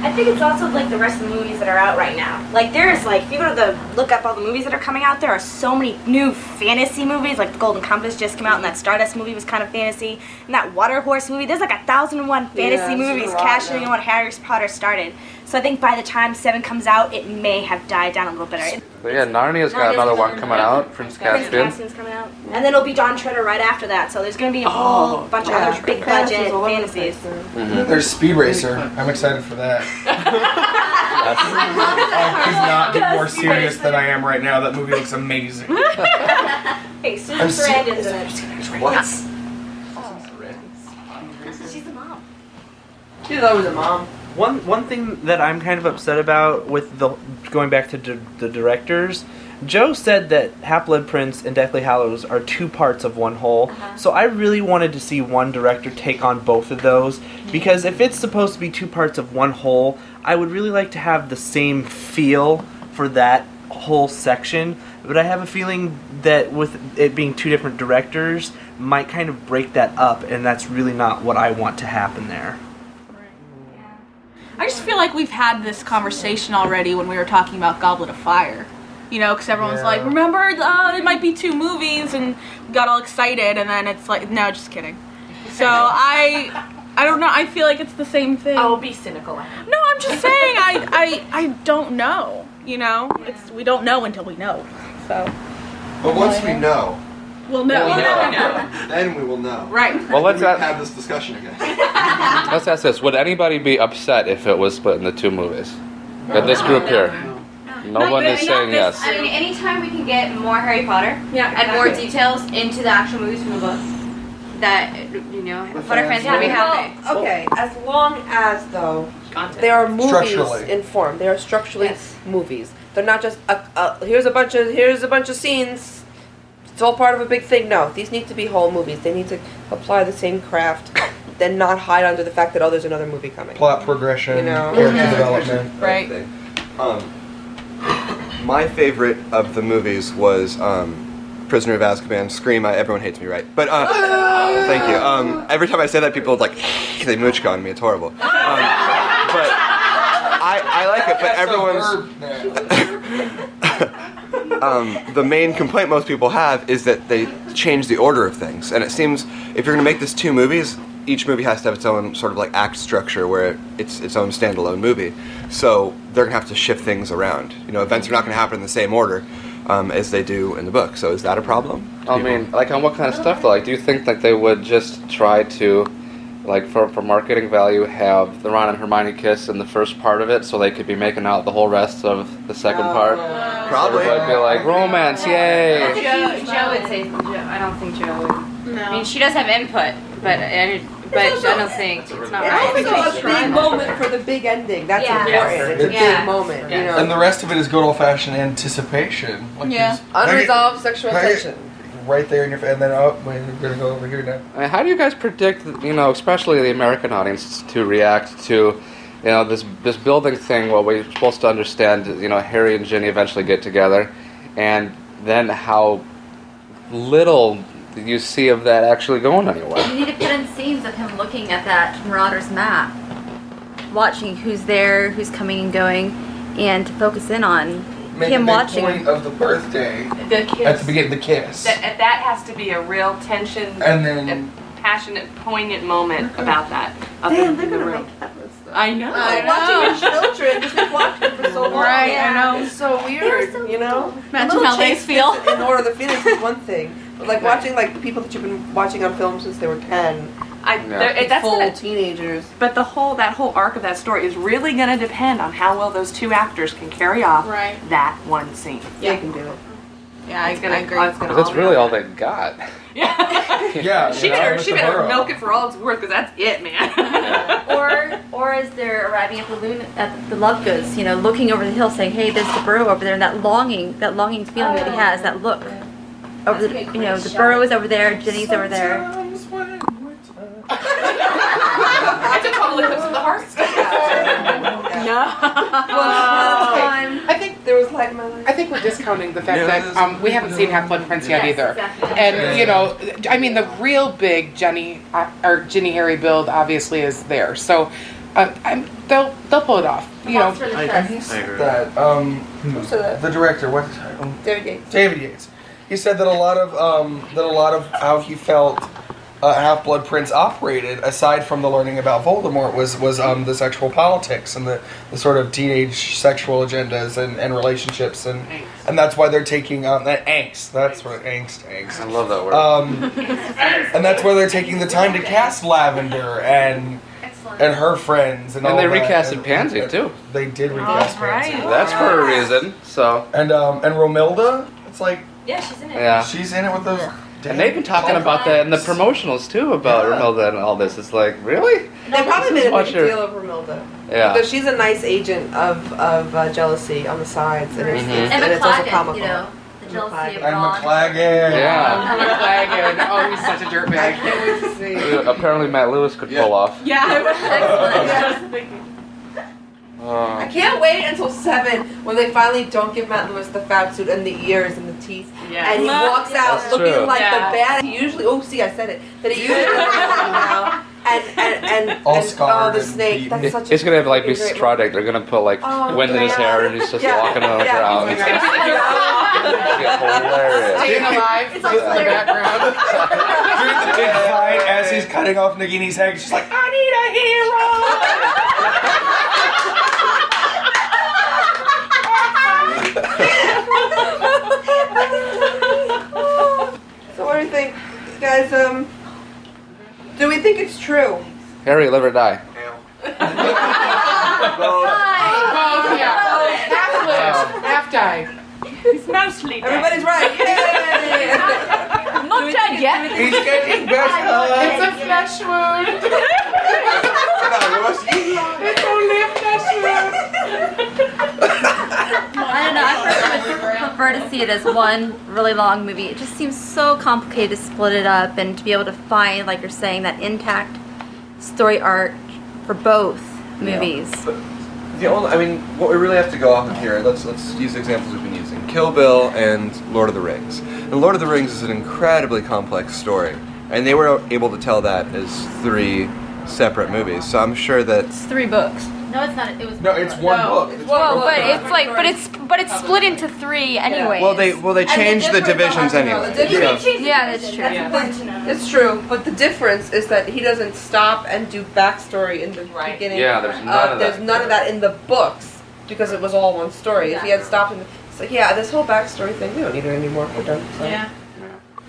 S13: I think it's also like the rest of the movies that are out right now. Like there is like if you go to the look up all the movies that are coming out, there are so many new fantasy movies. Like the Golden Compass just came out, and that Stardust movie was kind of fantasy, and that Water Horse movie. There's like a thousand and one
S4: Yeah,
S13: fantasy
S4: it's
S13: movies
S4: a lot,
S13: cashing in
S4: yeah.
S13: what Harry Potter started. So I think by the time Seven comes out, it may have died down a little bit. It-
S10: But yeah, Narnia's got another
S13: Narnia's another
S10: one
S13: one.
S10: coming out, Prince
S13: Prince
S10: Caspian.
S13: Caspian's coming out, and then it'll be Don Treader right after that. So there's going to be a whole bunch of other big budget fantasies.
S11: Mhm. There's Speed Racer. I'm excited for that. I could not be more serious than I am right now. That movie looks amazing.
S13: Hey, Susan
S11: I'm serious.
S13: Sarandon's in it.
S11: What?
S13: She's the mom.
S4: She's always a mom.
S17: One one thing that I'm kind of upset about with the going back to d- the directors, Joe said that Half Blood Prince and Deathly Hallows are two parts of one whole.
S4: Uh-huh.
S17: So I really wanted to see one director take on both of those because if it's supposed to be two parts of one whole, I would really like to have the same feel for that whole section. But I have a feeling that with it being two different directors might kind of break that up, and that's really not what I want to happen there.
S19: I just feel like we've had this conversation already when we were talking about Goblet of Fire. You know, because everyone's
S23: Yeah.
S19: like, remember, uh, it might be two movies, and got all excited, and then it's like, no, just kidding. So I. I don't know. I feel like it's the same thing. Oh,
S13: be cynical. No,
S19: I'm just saying. I, I, I don't know. You know, it's we don't know until we know. So
S1: But once we know,
S24: Well, no.
S1: Well,
S24: no,
S1: then we will know.
S24: Right.
S10: Well, let's
S1: We
S10: ask-
S1: have this discussion again.
S10: Let's ask this: Would anybody be upset if it was split into two movies? At this group here, no one is saying yes.
S5: I mean, anytime we can get more Harry Potter and more
S13: exactly.
S5: details into the actual movies from the books, that you know, what our fans
S4: Yeah,
S5: will be happy.
S4: well, Okay, as long as though they are movies
S25: Structurally.
S4: in form, they are structurally movies. They're not just a, a, here's a bunch of here's a bunch of scenes. It's all part of a big thing. No, these need to be whole movies. They need to apply the same craft, then not hide under the fact that oh, there's another movie coming.
S1: Plot progression,
S4: You know.
S1: character
S4: Mhm.
S1: development.
S4: Right.
S1: everything. Um, my favorite of the movies was um, Prisoner of Azkaban. Scream, I, everyone hates me, right? But uh, thank you. Um, every time I say that, people like they mooch on me. It's horrible. Um, but I, I like it. But everyone's um, the main complaint most people have is that they change the order of things. And it seems if you're going to make this two movies, each movie has to have its own sort of like act structure where it's its own standalone movie. So they're going to have to shift things around. You know, events are not going to happen in the same order um, as they do in the book. So is that a problem?
S10: I mean, like on what kind of stuff though? Like, do you think like they would just try to, like, for for marketing value, have the Ron and Hermione kiss in the first part of it, so they could be making out the whole rest of the second part?
S1: Probably.
S10: So everybody be like romance,
S5: I
S10: yay!
S5: think Joe, Joe would say. Joe, I don't think Joe would. No. I mean, she does have input, but I, but I don't think it's not right.
S4: It's also a big moment for the big ending. That's
S5: Yeah.
S4: important. It's a
S5: Yeah.
S4: big moment. You know.
S11: And the rest of it is good old fashioned anticipation. Like
S4: yeah.
S11: there's-
S4: Unresolved sexual
S11: Hey.
S4: tension.
S11: Right there in your face, and then oh, we're gonna go over here now.
S10: I mean, how do you guys predict, you know, especially the American audience, to react to, you know, this this building thing? What we're supposed to understand, you know, Harry and Ginny eventually get together, and then how little you see of that actually going anywhere.
S5: You need to put in scenes of him looking at that Marauders map, watching who's there, who's coming and going, and to focus in on
S11: Make a
S5: him
S11: big
S5: watching.
S11: point of the birthday
S12: The kiss.
S11: at the beginning, the kiss,
S12: That, that has to be a real tension,
S11: and then
S12: passionate, poignant moment about that. of
S11: Damn,
S12: the, the room. I know.
S4: I know. Watching your children just been watching for so long.
S12: Right, I know.
S4: It's so weird, you know?
S5: Imagine
S4: A little
S5: how they
S4: chase
S5: feel.
S4: kiss In Order of the Phoenix is one thing. But like watching like people that you've been watching on film since they were ten.
S12: I, there- it- that's
S4: full
S12: gonna-
S4: teenagers.
S12: But the whole that whole arc of that story is really going to depend on how well those two actors can carry off
S24: Right.
S12: that one scene.
S4: Yeah. They can do it.
S24: Yeah, I,
S12: It's gonna-
S24: I agree.
S12: it's
S10: Because that's really all they got.
S11: yeah,
S12: She
S10: you know,
S12: better,
S10: with
S12: she
S10: the
S12: better
S10: burrow.
S12: milk it for all it's worth because that's it, man.
S5: or or as they're arriving at the loon at the love goods, you know, looking over the hill saying, Hey, there's the burrow over there and that longing that longing feeling that he has, that look. Over the you know, the burrow is over there, Jenny's over there.
S12: I took all the clips of the heart.
S4: I think there was like my
S18: I think we're discounting the fact
S16: Yeah,
S18: that um, we haven't seen Half Blood Prince yet
S16: Yes,
S18: either,
S16: exactly.
S18: and you know, I mean, the real big Jenny uh, or Ginny Harry build obviously is there, so uh, I'm, they'll they'll pull it off. You know,
S11: he said that. Um, the director, what? Um,
S4: David Yates.
S11: David Yates. He said that a lot of um, that a lot of how he felt uh, Half Blood Prince operated, aside from the learning about Voldemort, was was um, the sexual politics and the, the sort of teenage sexual agendas and, and relationships and and that's why they're taking um, that angst. That's what angst, angst.
S10: I love that word.
S11: Um, and that's why they're taking the time to cast Lavender and and her friends and,
S10: And
S11: all
S10: they
S11: that.
S10: recasted Pansy, too.
S11: They did recast
S12: Oh, right.
S11: Pansy.
S10: That's for a reason. So
S11: And um, and Romilda, it's like
S5: Yeah, she's in
S10: yeah,
S11: she's in it with those.
S10: and they've been talking about that in the promotionals too about Romelda and all this. It's like really,
S4: They probably made a
S10: Watch
S4: big
S10: her.
S4: deal of Romilda.
S10: Yeah.
S4: Because she's a nice agent of, of uh, jealousy on the sides. And, it's,
S10: Mhm.
S4: it's,
S5: And
S4: and it's also
S5: McLagan,
S4: comical.
S5: you know, the jealousy of
S11: And
S5: Ron.
S11: McLagan.
S10: Yeah.
S18: McLagan. Oh, he's such a dirtbag.
S10: apparently Matt Lewis could pull off.
S4: I
S10: Uh,
S4: can't wait until seven when they finally don't give Matt Lewis the fat suit and the ears and the teeth,
S25: Yeah.
S4: and he
S25: Look,
S4: walks
S25: yeah.
S4: out
S25: That's
S4: looking
S25: true.
S4: like
S25: Yeah.
S4: the bad. He usually oh see I said it that he usually looks like now and and and,
S10: All
S4: and oh
S10: scarred
S4: the
S10: and
S4: snake that's such a
S10: it's gonna have like be
S4: great-
S10: strutting. They're gonna put like
S4: Oh,
S10: wind in his
S4: yeah.
S10: hair and he's just
S4: Yeah.
S10: walking on the
S4: Yeah.
S10: ground. It's gonna be hilarious.
S18: alive. It's
S11: also
S18: the background.
S11: During the big fight, as he's cutting off Nagini's head, she's like, I need a hero!
S4: Capitalism. um, Do we think it's true?
S10: Harry, live or die.
S16: Both,
S18: Oh,
S16: yeah.
S12: Oh.
S16: Half live, half die.
S24: It's mostly
S4: Everybody's right.
S24: Not dead yet.
S11: He's getting better.
S16: It's a flesh wound.
S11: it's
S16: only a flesh wound.
S5: I don't know. I personally would prefer to see it as one really long movie. It just seems so complicated to split it up and to be able to find, like you're saying, that intact story arc for both
S1: Yeah.
S5: movies.
S1: The only, I mean, what we really have to go off of here. Let's let's use the examples we've been using: Kill Bill and Lord of the Rings. And Lord of the Rings is an incredibly complex story, and they were able to tell that as three separate movies. So I'm sure that
S5: It's three books. No, it's not. It was.
S11: No, it's one book. It's
S5: one
S11: book.
S5: book.
S11: But
S5: it's like-
S24: but it's but it's split into three anyway.
S1: well, they well they changed the divisions anyway. so-
S4: Yeah, that's true. That's It's true, but the difference is that he doesn't stop and do backstory in the beginning. Uh,
S10: Yeah, there's none of that.
S4: There's none of that in the books because it was all one story. If he had stopped, and it's like, yeah, this whole backstory thing, we don't need it anymore. We're done. So. Yeah.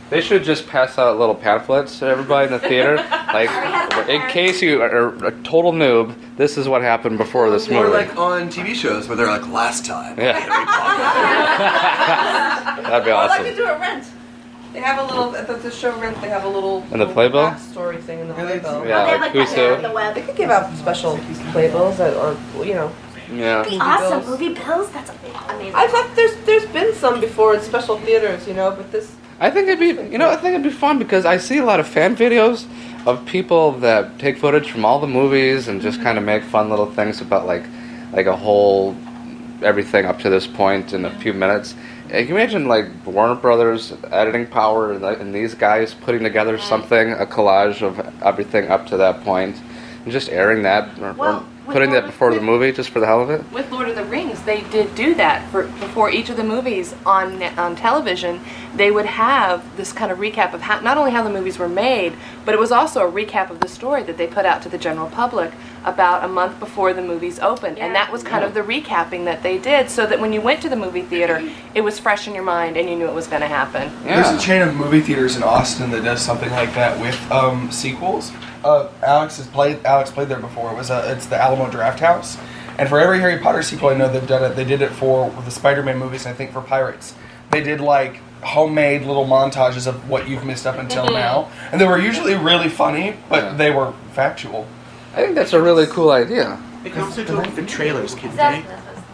S10: They should just pass out little pamphlets to everybody in the theater, like in case you are a total noob, this is what happened
S4: Oh,
S10: before this
S1: Or
S10: movie.
S1: like on TV shows where they're like, last time.
S10: yeah, that'd be
S4: I'd like
S10: awesome.
S4: to do a rent. They have a little at the- the show rent. They have a little
S10: And the
S4: little
S10: playbill?
S4: backstory thing in the playbill.
S10: Yeah, like who's who?
S4: They could give out special playbills that are you know.
S10: Yeah.
S4: Movie
S13: awesome.
S4: bills.
S13: Movie bills? That's amazing.
S4: I thought there's there's been some before in special theaters, you know, but this
S10: I think it'd be you know I think it'd be fun because I see a lot of fan videos of people that take footage from all the movies and just kind of make fun little things about like like a whole everything up to this point in a few minutes. And Can you imagine like Warner Brothers editing power and, like, and these guys putting together something a collage of everything up to that point and just airing that or, or
S12: Well, with
S10: putting that
S12: Warner-
S10: before the movie just for the hell of it?
S12: With Lord of the Rings, they did do that for before each of the movies on on television. They would have this kind of recap of how not only how the movies were made, but it was also a recap of the story that they put out to the general public about a month before the movies opened. And that was kind of the recapping that they did so that when you went to the movie theater, it was fresh in your mind and you knew it was going to happen.
S11: There's a chain of movie theaters in Austin that does something like that with um, sequels. Uh, Alex has played. Alex played there before. It was uh it's the Alamo Draft House, and for every Harry Potter sequel, I know they've done it. They did it for the Spider-Man movies, and I think for Pirates, they did like homemade little montages of what you've missed up until
S10: Mhm.
S11: now, and they were usually really funny, but
S10: Yeah.
S11: they were factual.
S10: I think that's a really cool idea.
S21: They can also do it with the trailers, can
S5: Exactly.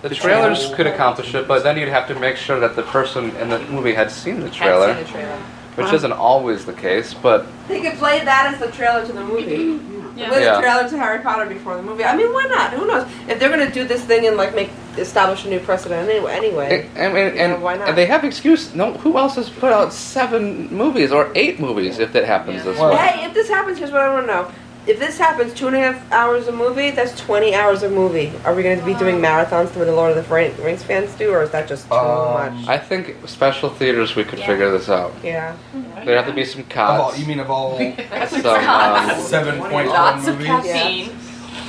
S21: they?
S10: The trailers could accomplish it, but then you'd have to make sure that the person in the movie had seen the trailer,
S4: I've seen the trailer.
S10: which isn't always the case. But
S4: They could play that as the trailer to the movie.
S10: Yeah.
S4: Play
S10: Yeah.
S4: the trailer to Harry Potter before the movie. I mean, why not? Who knows? If they're gonna do this thing and like make establish a new precedent anyway, anyway.
S10: I mean, and,
S4: you know, why not?
S10: and they have excuse. No, who else has put out seven movies or eight movies if it happens this way?
S4: Hey, if this happens, here's what I want to know. If this happens, two and a half hours a movie, that's 20 hours a movie. Are we going to be doing marathons the way the Lord of the Ri- Rings fans do, or is that just too
S10: Um,
S4: much?
S10: I think special theaters we could figure this out.
S4: Yeah.
S10: There'd have to be some
S11: Of all,
S10: cots.
S11: you mean of all
S10: Some, um,
S11: seven point one
S13: Lots of
S11: movies?
S13: caffeine.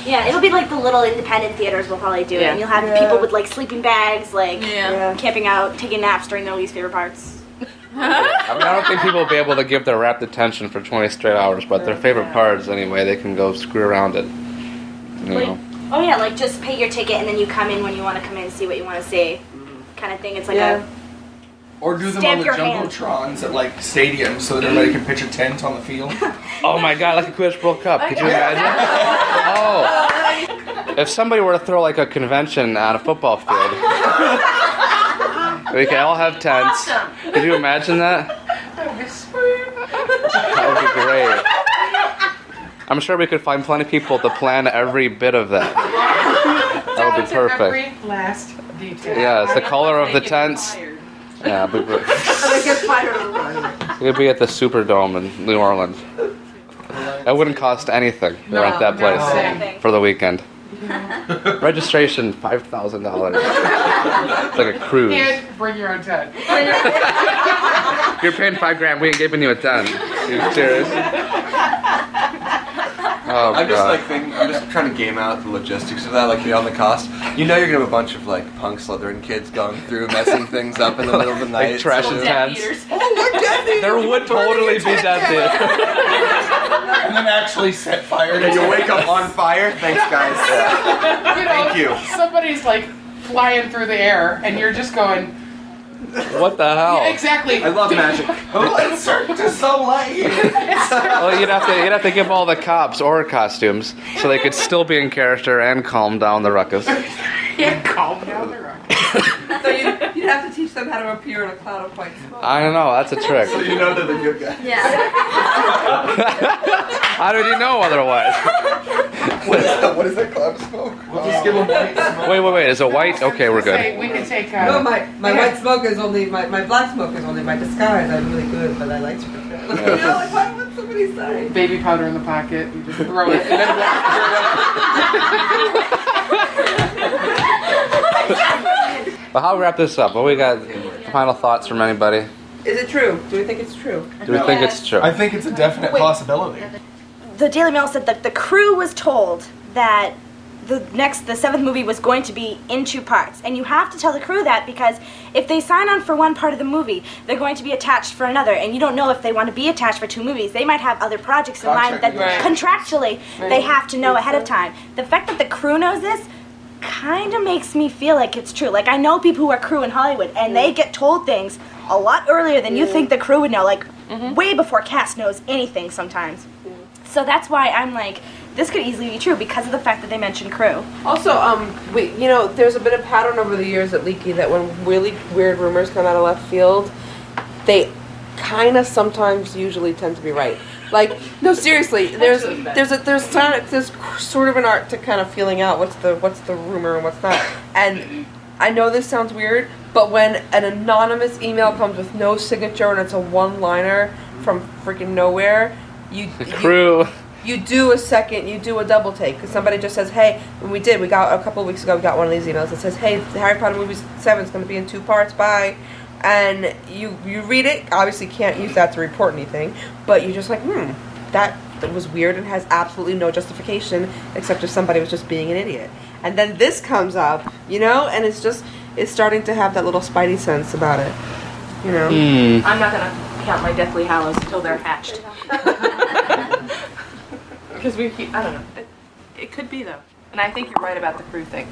S13: Yeah, it'll be like the little independent theaters will probably do it, and you'll have
S4: Yeah.
S13: people with like sleeping bags, like camping out, taking naps during their least favorite parts.
S10: I mean, I don't think people will be able to give their rapt attention for 20 straight hours, but their favorite parts anyway, they can go screw around it. You
S13: Like-
S10: know.
S13: Oh yeah, like just pay your ticket and then you come in when you want to come in, see what you want to see, kind of thing. It's like
S11: Yeah.
S13: a
S11: Or do them on
S13: Stamp
S11: the
S13: your hand.
S11: jumbotrons at like stadiums so that everybody can pitch a tent on the field.
S10: Oh my god, like a Quidditch World Cup. Could you imagine? Oh. If somebody were to throw like a convention on a football field, we could all have tents.
S16: Awesome.
S10: Could you imagine that?
S16: That would be sweet.
S10: That would be great. I'm sure we could find plenty of people to plan every bit of that. That would be perfect.
S16: Every last detail.
S10: Yeah, it's the color of the tents. Yeah, it'd be great.
S4: they get fired on the run.
S10: We'd be at the Superdome in New Orleans. That wouldn't cost anything to
S4: No,
S10: rent that
S4: no.
S10: place
S4: Nothing.
S10: for the weekend. Registration five thousand dollars. It's like a cruise.
S16: And bring your own tent.
S10: You're paying five grand. We ain't giving you a ten. You serious? Oh,
S1: I'm just
S10: God.
S1: like thinking, I'm just trying to game out the logistics of that, like beyond the cost. You know, you're gonna have a bunch of like punk Slytherin kids going through, messing things up in the middle of the
S10: Like
S1: night.
S10: trashing
S1: so-
S10: tents.
S1: Oh, we're dead
S10: There would totally be death there.
S11: and then actually set fire
S15: And you wake up on fire. Thanks, guys.
S18: you know,
S15: Thank you.
S18: Somebody's like flying through the air, and you're just going.
S10: What the hell?
S18: Yeah, exactly. Oh, I love magic.
S11: Let's start to so
S10: Well, you'd have to you'd have to give all the cops or costumes so they could still be in character and calm down the ruckus.
S18: Yeah, calm down the rock.
S4: so you'd, you'd have to teach them how to appear in a cloud of white smoke.
S10: I don't know. That's a trick.
S15: So you know they're the good guys.
S10: How did you know otherwise?
S15: What is that, what is that cloud of smoke? We'll just give them
S10: Wait, wait, wait. Is it white? Okay, we're good.
S18: we can take.
S10: uh,
S25: no, my, my
S18: yeah.
S25: white smoke is only my, my black smoke is only my disguise. I'm really good, but I like to pretend. you know, like why would somebody say?
S18: Baby powder in the pocket. You just throw it. And then
S10: Well, how we wrap this up? Well, we got final thoughts from anybody.
S4: Is it true? Do we think it's true?
S10: Do we think it's true?
S11: I think it's a definite
S13: Wait.
S11: possibility.
S13: the Daily Mail said that the crew was told that the next the seventh movie was going to be in two parts and you have to tell the crew that because if they sign on for one part of the movie they're going to be attached for another and you don't know if they want to be attached for two movies they might have other projects in mind that
S12: Contractually. Right.
S13: contractually they
S12: Right.
S13: have to know ahead of time the fact that the crew knows this kind of makes me feel like it's true like i know people who are crew in hollywood and they get told things a lot earlier than you think the crew would know like
S4: Mm-hmm.
S13: way before cast knows anything sometimes so that's why I'm like, this could easily be true because of the fact that they mentioned crew.
S4: Also, um, we, you know, there's a bit of pattern over the years at Leaky that when really weird rumors come out of left field, they kind of sometimes usually tend to be right. Like, no, seriously, there's there's a there's kind of, there's sort of an art to kind of feeling out what's the what's the rumor and what's not. And I know this sounds weird, but when an anonymous email comes with no signature and it's a one-liner from freaking nowhere, you
S10: The crew.
S4: you do a second, you do a double take because somebody just says, "Hey," and we did. We got a couple of weeks ago. We got one of these emails that says, "Hey, the Harry Potter movie seven is going to be in two parts." Bye. And you you read it. Obviously, can't use that to report anything, but you're just like, hmm, that that was weird and has absolutely no justification except if somebody was just being an idiot. And then this comes up, you know, and it's just it's starting to have that little spidey sense about it, you know.
S12: I'm not gonna count my Deathly Hallows until they're hatched. Because we, keep, I don't know. It, it could be though, and I think you're right about the crew thing.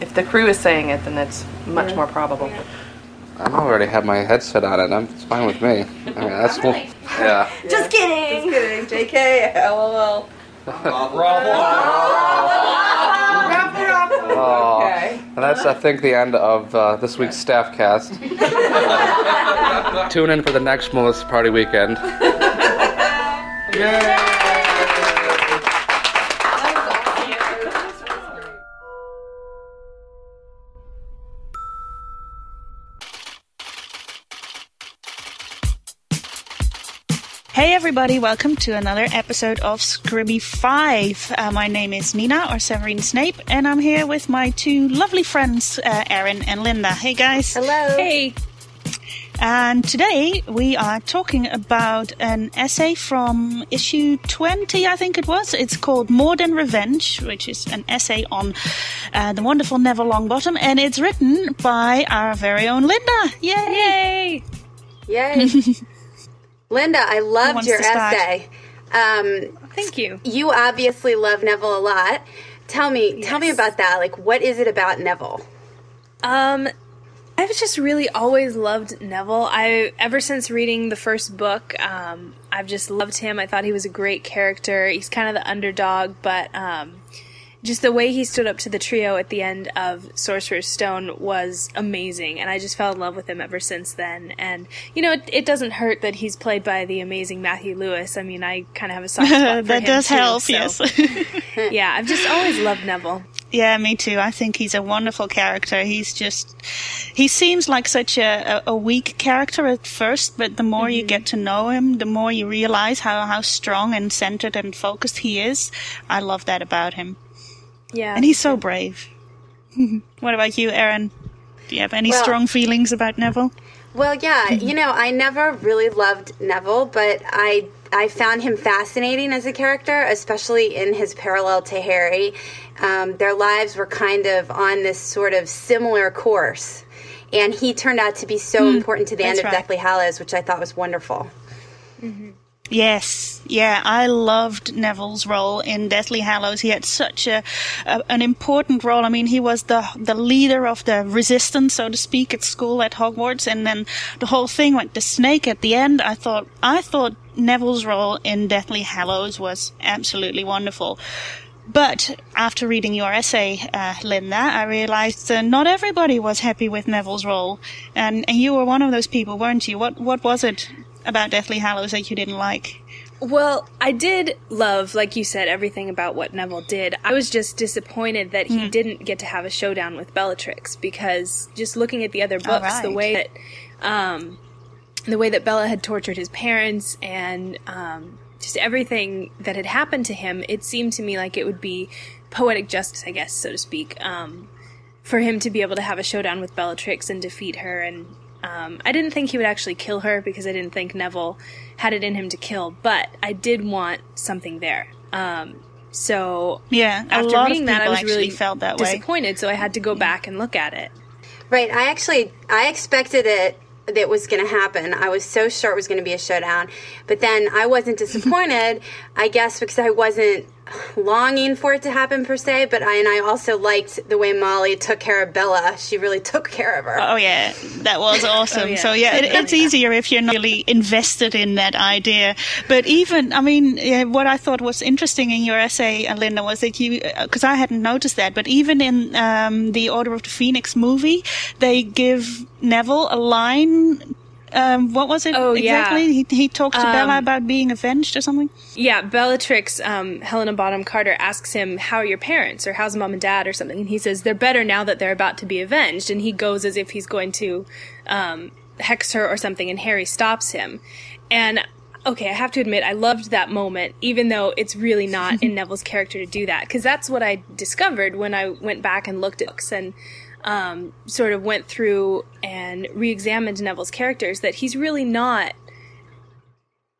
S12: If the crew is saying it, then it's much more probable.
S10: I already have my headset on it. I'm, it's fine with me. I mean, that's cool. Yeah.
S13: Just kidding.
S4: Just kidding. JK. LOL.
S10: Oh, and that's I think the end of uh, this week's staff cast. Tune in for the next Melissa Party weekend.
S2: Hey everybody, welcome to another episode of Scribby 5. Uh, my name is Nina or Severine Snape and I'm here with my two lovely friends, uh, Erin and Linda. Hey guys. Hello. Hey. And today we are talking about an essay from issue 20, I think it was. It's called More Than Revenge, which is an essay on uh, the wonderful Neville Longbottom, and it's written by our very own Linda. Yay!
S3: Yay! Linda, I loved
S2: wants
S3: your
S2: to start?
S3: essay. Um,
S2: Thank you.
S3: You obviously love Neville a lot. Tell me, tell me about that. Like, what is it about Neville?
S23: Um, I've just really always loved Neville. I ever since reading the first book, um, I've just loved him. I thought he was a great character. He's kind of the underdog, but um, just the way he stood up to the trio at the end of Sorcerer's Stone was amazing, and I just fell in love with him ever since then. And you know, it, it doesn't hurt that he's played by the amazing Matthew Lewis. I mean, I kind of have a soft spot for
S2: that
S23: him,
S2: does
S23: too,
S2: help,
S23: so-
S2: yes.
S23: yeah, I've just always loved Neville.
S2: Yeah, me too. I think he's a wonderful character. He's just, he seems like such a, a, a weak character at first, but the more you get to know him, the more you realize how, how strong and centered and focused he is. I love that about him.
S23: Yeah,
S2: And he's so brave. what about you, Erin? Do you have any
S3: Well-
S2: strong feelings about Neville?
S3: Well, yeah,
S2: Hmm.
S3: you know, I never really loved Neville, but I I found him fascinating as a character, especially in his parallel to Harry. Um, their lives were kind of on this sort of similar course, and he turned out to be so
S2: Hmm,
S3: important to the end
S2: that's
S3: of
S2: right.
S3: Deathly Hallows, which I thought was wonderful.
S2: Yes, yeah, I loved Neville's role in Deathly Hallows. He had such a, a an important role. I mean, he was the the leader of the resistance, so to speak, at school at Hogwarts, and then the whole thing went to Snake at the end. I thought I thought Neville's role in Deathly Hallows was absolutely wonderful. But after reading your essay, uh, Linda, I realized uh, not everybody was happy with Neville's role, and, and you were one of those people, weren't you? What what was it about Deathly Hallows that you didn't like?
S23: Well, I did love, like you said, everything about what Neville did. I was just disappointed that he didn't get to have a showdown with Bellatrix because just looking at the other
S2: All
S23: books, the
S2: right.
S23: way that, um, the way that Bella had tortured his parents and um, just everything that had happened to him, it seemed to me like it would be poetic justice, I guess, so to speak, um, for him to be able to have a showdown with Bellatrix and defeat her. And um, I didn't think he would actually kill her because I didn't think Neville had it in him to kill, but I did want something there. Um, so
S2: Yeah, a
S23: after
S2: lot of
S23: reading that, I
S2: people
S23: was really
S2: actually felt that way.
S23: disappointed. So I had to go back and look at it.
S3: Right. I actually I expected it that was going to happen. I was so sure it was going to be a showdown, but then I wasn't disappointed. I guess because I wasn't longing for it to happen per se. But I and I also liked the way Molly took care of Bella. She really took care of her.
S2: Oh yeah, that
S23: Oh,
S2: was awesome.
S3: yeah.
S2: So yeah, it, it's easier if you're not really invested in that idea. But even, I mean, yeah, what I thought was interesting in your essay, uh, Linda, was that you, because I hadn't noticed that, but even in um, the Order of the Phoenix movie, they give Neville a line. Um, what was it
S23: Oh, yeah.
S2: exactly? He, he talks to Bella
S23: Um,
S2: about being avenged or something.
S23: Yeah, Bellatrix, um, Helena Bonham Carter asks him, How are your parents? or How's mom and dad? or something. And he says, They're better now that they're about to be avenged. And he goes as if he's going to um, hex her or something, and Harry stops him. And okay, I have to admit, I loved that moment, even though it's really not in Neville's character to do that. Because that's what I discovered when I went back and looked at books and um, sort of went through and re examined Neville's characters, that he's really not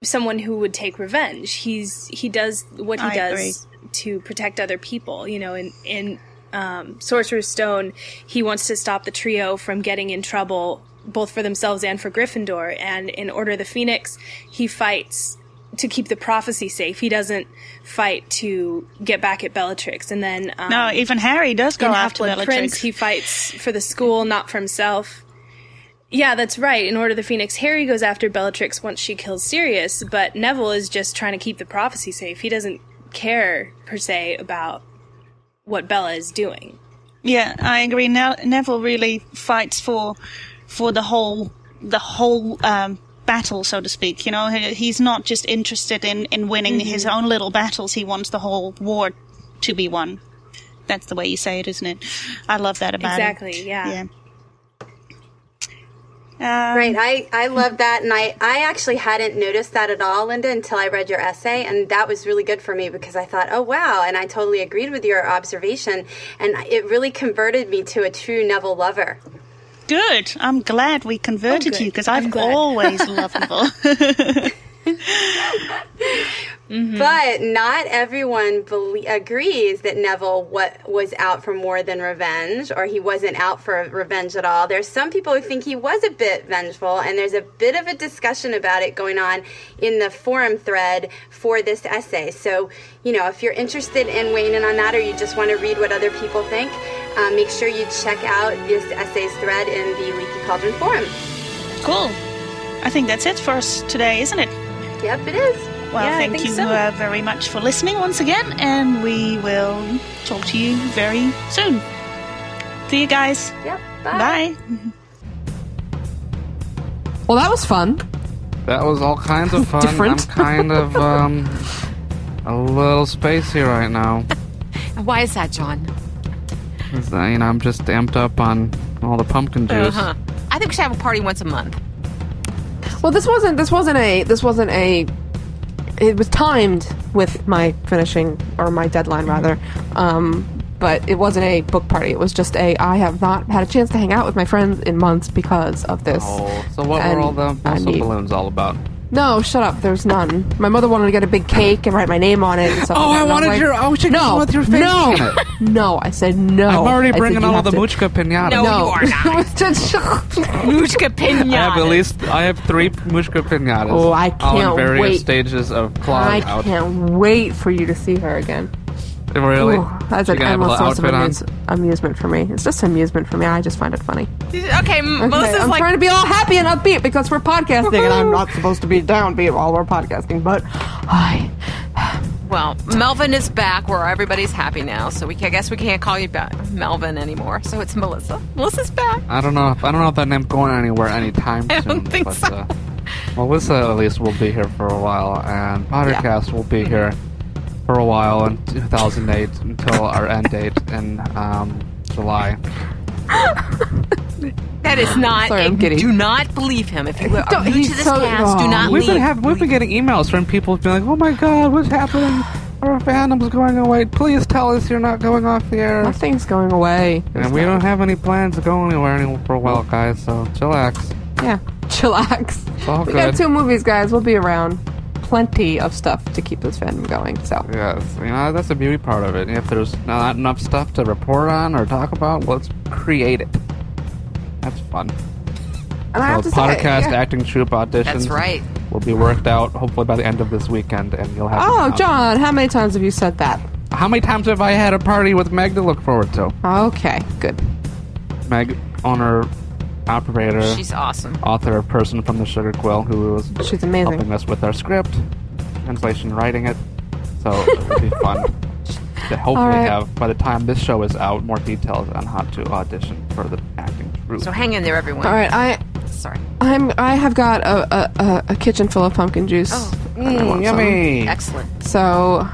S23: someone who would take revenge. He's he does what he
S2: I
S23: does to protect other people. You know, in in um, Sorcerer's Stone, he wants to stop the trio from getting in trouble, both for themselves and for Gryffindor. And in Order of the Phoenix, he fights to keep the prophecy safe. He doesn't fight to get back at Bellatrix. And then um,
S2: no, even Harry does go
S23: in
S2: after
S23: Half-Blood
S2: Bellatrix.
S23: Prince, he fights for the school, not for himself. Yeah, that's right. In Order of the Phoenix, Harry goes after Bellatrix once she kills Sirius, but Neville is just trying to keep the prophecy safe. He doesn't care, per se, about what Bella is doing.
S2: Yeah, I agree. Ne- Neville really fights for for the whole the whole um, battle, so to speak. You know, He- he's not just interested in in winning
S23: Mhm.
S2: his own little battles. He wants the whole war to be won. That's the way you say it, isn't it? I love that about him.
S23: Exactly, yeah.
S2: Yeah. Um,
S3: right. I, I love that. And I, I actually hadn't noticed that at all, Linda, until I read your essay. And that was really good for me because I thought, oh, wow. And I totally agreed with your observation. And it really converted me to a true Neville lover.
S2: Good. I'm glad we
S23: Oh,
S2: converted you because I've always loved Neville.
S3: But not everyone belie- agrees that Neville wa- was out for more than revenge, or he wasn't out for revenge at all. There's some people who think he was a bit vengeful, and there's a bit of a discussion about it going on in the forum thread for this essay. So, you know, if you're interested in weighing in on that, or you just want to read what other people think, uh, make sure you check out this essay's thread in the Leaky Cauldron forum.
S2: Cool. I think that's it for us today, isn't it?
S3: Yep, it is.
S2: Well,
S3: Yeah, I
S2: thank
S3: think
S2: you
S3: so.
S2: uh, very much for listening once again, and we will talk to you very soon. See you guys.
S3: Yep.
S2: Bye.
S4: Well, that was fun.
S10: That was all kinds of fun.
S4: Different.
S10: I'm kind of um, a little spacey right now.
S8: Why is that, John?
S10: It's, uh, You know, I'm just amped up on all the pumpkin juice.
S8: Uh-huh. I think we should have a party once a month.
S6: Well, this wasn't this wasn't a this wasn't a it was timed with my finishing or my deadline rather. Um, but it wasn't a book party. It was just a I have not had a chance to hang out with my friends in months because of this.
S10: Oh, so what were
S6: And
S10: all the
S6: I
S10: muscle
S6: need-
S10: balloons all about?
S7: No, shut up. There's none. My mother wanted to get a big cake and write my name on it. And stuff
S10: Oh,
S7: like that,
S10: I
S7: and I'm
S10: wanted
S7: like,
S10: your- I wish I could
S7: no,
S10: come with your face
S7: No,
S10: on it."
S7: no. I said no.
S10: I'm already
S7: I said,
S10: bringing
S7: "You
S10: all
S7: have
S10: the
S7: to-
S10: Muchka pinata.
S7: No,
S10: No.
S7: you are not. Muchka
S10: I have at
S7: pinata.
S10: least I have three mushka pinatas.
S7: Oh, I
S10: all in
S7: can't
S10: various
S7: wait.
S10: stages of
S7: I
S10: clawing out.
S7: can't wait for you to see her again.
S10: Really?
S7: Ooh, that's
S10: She
S7: an
S10: gonna have a
S7: endless
S10: little
S7: source of
S10: outfit on?
S7: amuse- amusement for me. It's just amusement for me. I just find it funny.
S8: Okay, M-
S7: Okay,
S8: Melissa's
S7: I'm
S8: like
S7: trying to be all happy and upbeat because we're podcasting, and I'm not supposed to be downbeat while we're podcasting. But I,
S8: Well, Melvin is back where everybody's happy now, so we ca- I guess we can't call you ba- Melvin anymore. So it's Melissa. Melissa's back.
S10: I don't know. If, I don't know if that name's going anywhere anytime
S8: I
S10: soon.
S8: don't think
S10: but,
S8: so.
S10: Uh, Melissa at least will be here for a while, and Pottercast will be here for a while in 2008 until our end date in um, July.
S8: That is not.
S10: Sorry,
S8: a-
S10: I'm giddy.
S8: Do not believe him. If you are new
S10: he's
S8: to this
S10: so-
S8: cast, do
S10: Aw.
S8: not
S10: We've
S8: leave.
S10: been having, we've been getting emails from people being like, "Oh my God, what's happening? Our fandom's going away. Please tell us you're not going off the air."
S7: Nothing's going away.
S10: And we don't have any plans to go anywhere any- for a while, guys. So chillax.
S7: yeah, chillax.
S10: It's all
S7: we
S10: Oh, good.
S7: got two movies, guys. We'll be around. Plenty of stuff to keep this fandom going. So
S10: Yes, you know that's the beauty part of it. If there's not enough stuff to report on or talk about, let's create it. That's fun.
S7: And I have
S10: so
S7: to say,
S10: podcast
S7: yeah.
S10: acting troupe auditions.
S7: That's right.
S10: Will be worked out hopefully by the end of this weekend, and you'll have.
S7: Oh,
S10: them out.
S7: John, how many times have you said that?
S10: How many times have I had a party with Meg to look forward to?
S7: Okay, good.
S10: Meg, owner, operator.
S8: She's awesome.
S10: Author, person from the Sugar Quill, who was
S7: She's amazing.
S10: helping us with our script, translation, writing it. So it will be fun to hopefully
S8: All right.
S10: have by the time this show is out more details on how to audition for the acting group.
S8: So hang in there, everyone.
S7: All right, I
S8: Sorry.
S7: I'm I have got a a, a, a kitchen full of pumpkin juice. and I
S10: Mm,
S7: want some.
S10: yummy.
S8: Excellent.
S7: So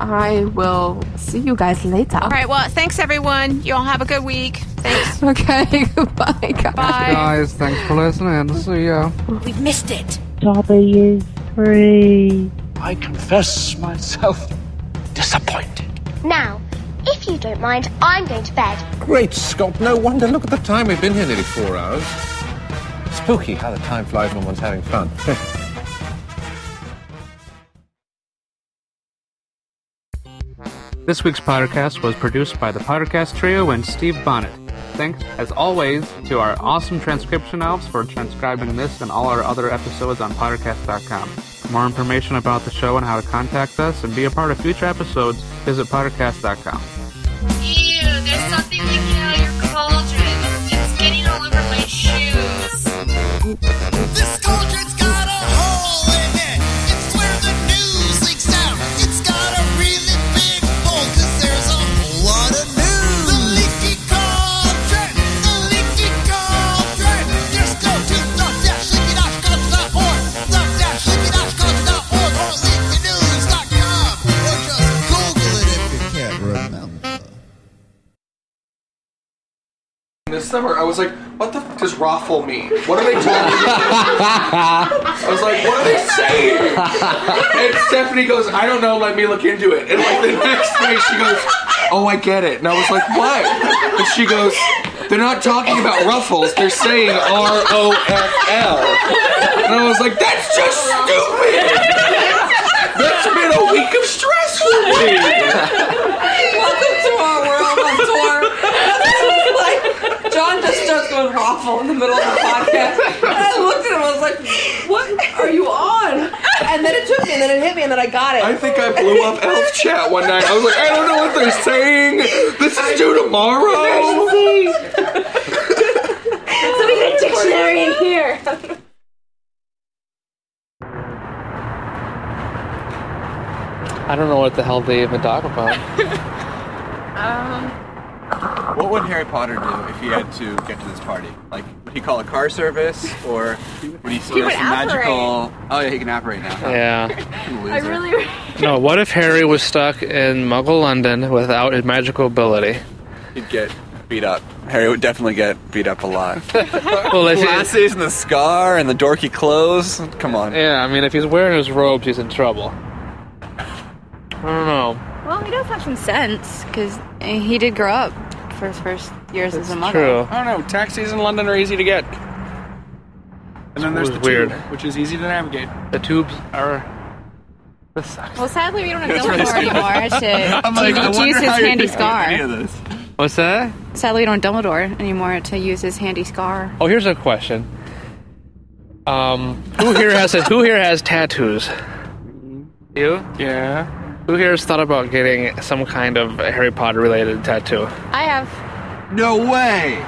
S7: I will see you guys later.
S8: All right. Well, thanks everyone. You all have a good week. Thanks.
S7: Okay. Goodbye, guys.
S10: Guys, thanks for listening. See ya.
S8: We've missed it.
S10: W three.
S17: I confess myself disappointed.
S13: Now, if you don't mind, I'm going to bed.
S12: Great Scott, no wonder. Look at the time. We've been here nearly four hours. Spooky how the time flies when one's having fun.
S10: This week's podcast was produced by the Podcast Trio and Steve Bonnet. Thanks, as always, to our awesome transcription elves for transcribing this and all our other episodes on podcast.com. For more information about the show and how to contact us and be a part of future episodes, visit podcast.com.
S18: Ew, there's something leaking out of your cauldron. It's getting all over my shoes. This cauldron's got a hole in it. It's where the news leaks out. It's got a really big hole because there's a whole lot of news. The leaky cauldron. The leaky cauldron. Just go to the-leaky-dash-cauldron.org. The-leaky-dash-cauldron.org or leakthenews.com or just Google it if you can't remember.
S11: This summer, I was like, what the f does raffle mean? What are they talking about? I was like, what are they saying? And Stephanie goes, I don't know, let me look into it. And like the next day, she goes, oh, I get it. And I was like, what? And she goes, they're not talking about ruffles, they're saying R O F L. And I was like, that's just stupid! That's been a week of stress for me!
S4: Welcome to our world on tour. like, John just starts going raffle in the middle of the podcast. And I looked at him, I was like, what are you on? And then it took me, and then it hit me, and then I got it.
S11: I think I blew up Elf Chat one night. I was like, I don't know what they're saying. This is due tomorrow.
S13: So we get a dictionary in here.
S10: I don't know what the hell they even talk about.
S8: Um,
S15: What would Harry Potter do if he had to get to this party? Like, would he call a car service, or would he
S13: He
S15: see
S13: would
S15: some magical? Oh yeah, he can operate now.
S10: Yeah.
S15: Loser.
S13: I really.
S10: no, what if Harry was stuck in Muggle London without his magical ability?
S15: He'd get beat up. Harry would definitely get beat up a lot.
S10: Well, let's-
S15: Glasses and the scar and the dorky clothes. Come on.
S10: Yeah, I mean, if he's wearing his robes, he's in trouble. I don't know.
S16: Well, he does have some sense because he did grow up for his first years as a mother.
S10: true.
S16: I
S10: don't
S16: know.
S10: Taxis in London are easy to get.
S11: And then there's
S10: It was
S11: the
S10: weird.
S11: tube, which is easy to navigate.
S10: The tubes are. This sucks.
S16: Well, sadly, we don't have
S11: That's
S16: Dylan
S11: really
S16: for
S11: stupid.
S16: anymore to,
S11: I'm like,
S16: to
S11: I wonder
S16: use his
S11: how you're
S16: handy
S11: doing any
S16: scar.
S11: of this.
S10: What's that?
S16: Sadly, we don't have Dumbledore anymore to use his handy scar.
S10: Oh, here's a question. Um, who here has who here has tattoos? You? Yeah. Who here has thought about getting some kind of Harry Potter related tattoo?
S16: I have.
S11: No way!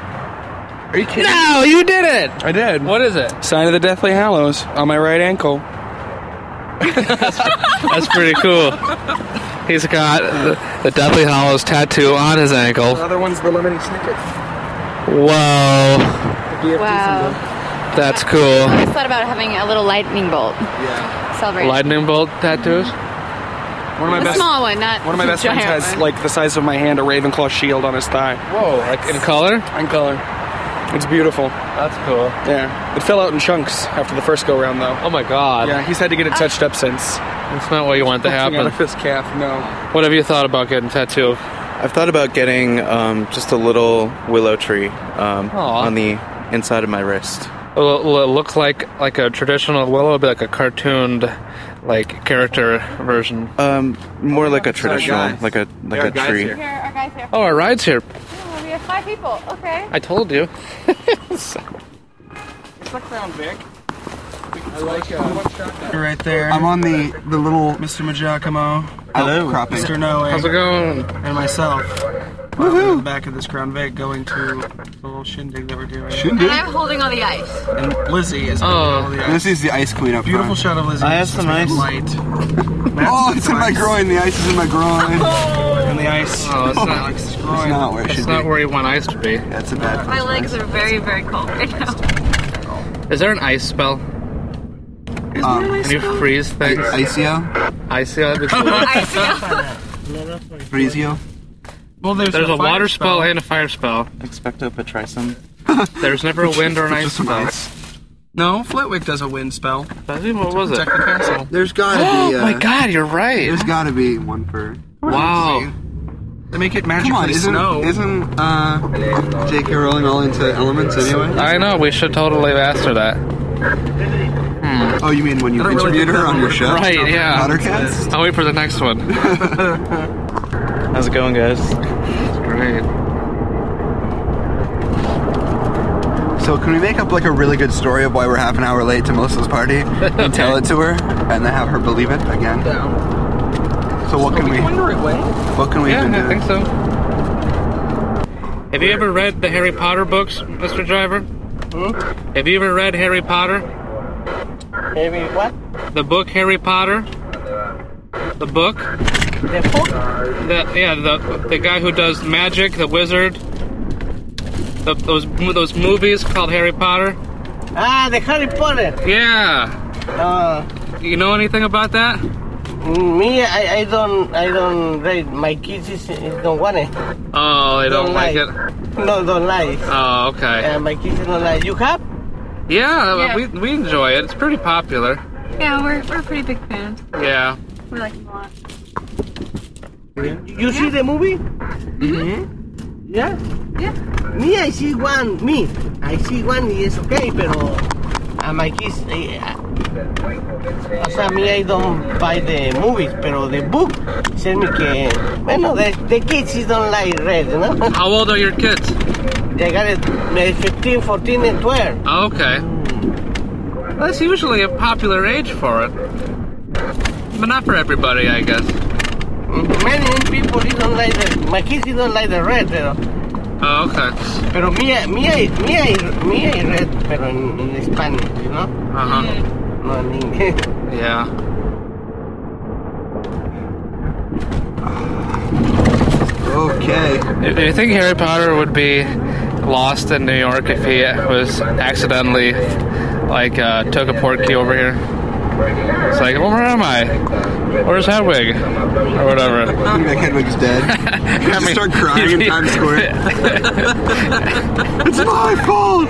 S11: Are you kidding?
S10: No, you did it.
S11: I did.
S10: What is it?
S11: Sign of the Deathly Hallows on my right ankle.
S10: That's pretty cool. He's got the, the Deathly Hollows tattoo on his
S26: The
S10: ankle.
S26: other one's the Lemony Snicket.
S10: Whoa,
S16: Wow.
S10: that's
S16: I
S10: cool.
S16: always thought about having a little lightning bolt. Yeah. Celebration.
S10: Lightning bolt tattoos.
S11: One of my
S16: a
S11: best.
S16: small one, not
S11: One of my best
S16: giant
S11: friends has
S16: one.
S11: like the size of my hand a Ravenclaw shield on his thigh.
S10: Whoa, like in color?
S11: In color. It's beautiful.
S10: That's cool.
S11: Yeah. It fell out in chunks after the first go round though.
S10: Oh my god.
S11: Yeah, he's had to get
S16: Oh.
S11: it touched up since.
S10: That's not what you want to
S11: Something
S10: happen.
S11: Out of his calf, no.
S10: What have you thought about getting tattooed?
S14: I've thought about getting um, just a little willow tree um,
S10: Aw.
S14: on the inside of my wrist.
S10: Will, will it look like like a traditional willow, or be like a cartooned, like character version?
S14: Um, more like a traditional,
S10: guys.
S14: like a like
S10: There are
S14: a
S10: guys
S14: tree.
S10: here.
S16: our guys here.
S10: Oh, our ride's here.
S16: Oh, we have five people. Okay.
S10: I told you.
S11: Stick around, Vic. I like
S15: You're right there. I'm on the the little Mr. Majakamo outcropping. Mr. Noe.
S10: How's it going?
S15: And myself. Woohoo! the back of this Crown Vic going to the little shindig that we're doing.
S16: And I'm holding all the ice.
S15: And Lizzie is oh. the ice.
S11: This is the ice queen up
S15: Beautiful
S11: front.
S15: shot of Lizzie.
S11: I have some ice.
S15: Light.
S11: Oh, it's in my groin. The ice is in my groin.
S15: And the ice.
S10: Oh, it's not.
S15: It's
S11: not where it
S10: that's
S11: should
S10: not
S11: be.
S10: where you want ice to be.
S11: That's a bad.
S16: My legs are very, very cold right now.
S10: Is there an ice spell?
S11: Um,
S10: Can you freeze things?
S11: Icio?
S10: Icio. That'd be cool.
S11: Freezio?
S10: Well,
S11: there's
S10: there's
S11: a
S10: a,
S11: fire
S10: water spell.
S11: spell.
S10: and a fire spell.
S11: Expecto Patrisum.
S10: There's never a wind or an ice
S11: Just some
S10: spell.
S15: No, Flitwick does a wind spell.
S10: I think what was it?
S15: Protect the castle.
S11: There's gotta be.
S10: Oh
S11: Uh,
S10: my god, you're right.
S11: There's gotta be one for.
S10: Wow.
S15: They make it
S11: Come
S15: magically
S11: on, isn't
S15: snow.
S11: isn't uh, J.K. Rowling all into elements anyway?
S10: I know. We should totally have asked her that.
S14: Hmm.
S11: Oh, you mean when you interviewed her on your show?
S10: Right? Yeah.
S11: Pottercast?
S10: I'll wait for the next one.
S14: How's it going, guys?
S10: Great.
S11: So can we make up like a really good story of why we're half an hour late to Melissa's party and tell it to her and then have her believe it again? So what can we? What can we
S10: Yeah,
S11: even
S10: I
S11: do?
S10: think so. Have you ever read the Harry Potter books, Mr. Driver? Have you ever read Harry Potter?
S24: Harry what?
S10: The book Harry Potter? The book?
S24: The book?
S10: The, yeah, the the guy who does magic, the wizard. The, those those movies called Harry Potter.
S24: Ah, the Harry Potter.
S10: Yeah.
S24: Uh,
S10: You know anything about that?
S24: me, I, I don't, I don't read. My kids is, is don't want it.
S10: Oh, they don't, like it.
S24: No, don't like.
S10: Oh, okay.
S24: Uh, my kids don't like. You have?
S10: Yeah, uh,
S24: Yeah.
S10: we we enjoy it. It's pretty popular.
S24: Yeah, we're we're pretty big fans.
S10: Yeah.
S24: We like them a lot. You see the movie? Mm-hmm. Yeah. Yeah. Me, I see one. Me, I see one. Is okay, pero uh, my kids. eh, O sea, a mí I don't buy the movies, pero the book says me que, bueno, the, the kids is don't like red, no?
S10: How old are your kids?
S24: They got it eh, 15, 14, and 12.
S10: Okay. That's usually a popular age for it. But not for everybody, I guess.
S24: Many people they don't like the, my kids they don't like the red, pero,
S10: Oh, okay.
S24: pero mía, mía, mía, y- mía y red, pero en, en Spanish, you know?
S10: Uh huh.
S24: No en inglés.
S10: Yeah.
S11: Okay.
S10: Do you think Harry Potter would be lost in New York if he was accidentally, like, uh, took a portkey over here? It's like, well, where am I? Where's Hedwig? Or whatever.
S11: I think that Hedwig's dead. You just start crying in Times Square. it's my fault.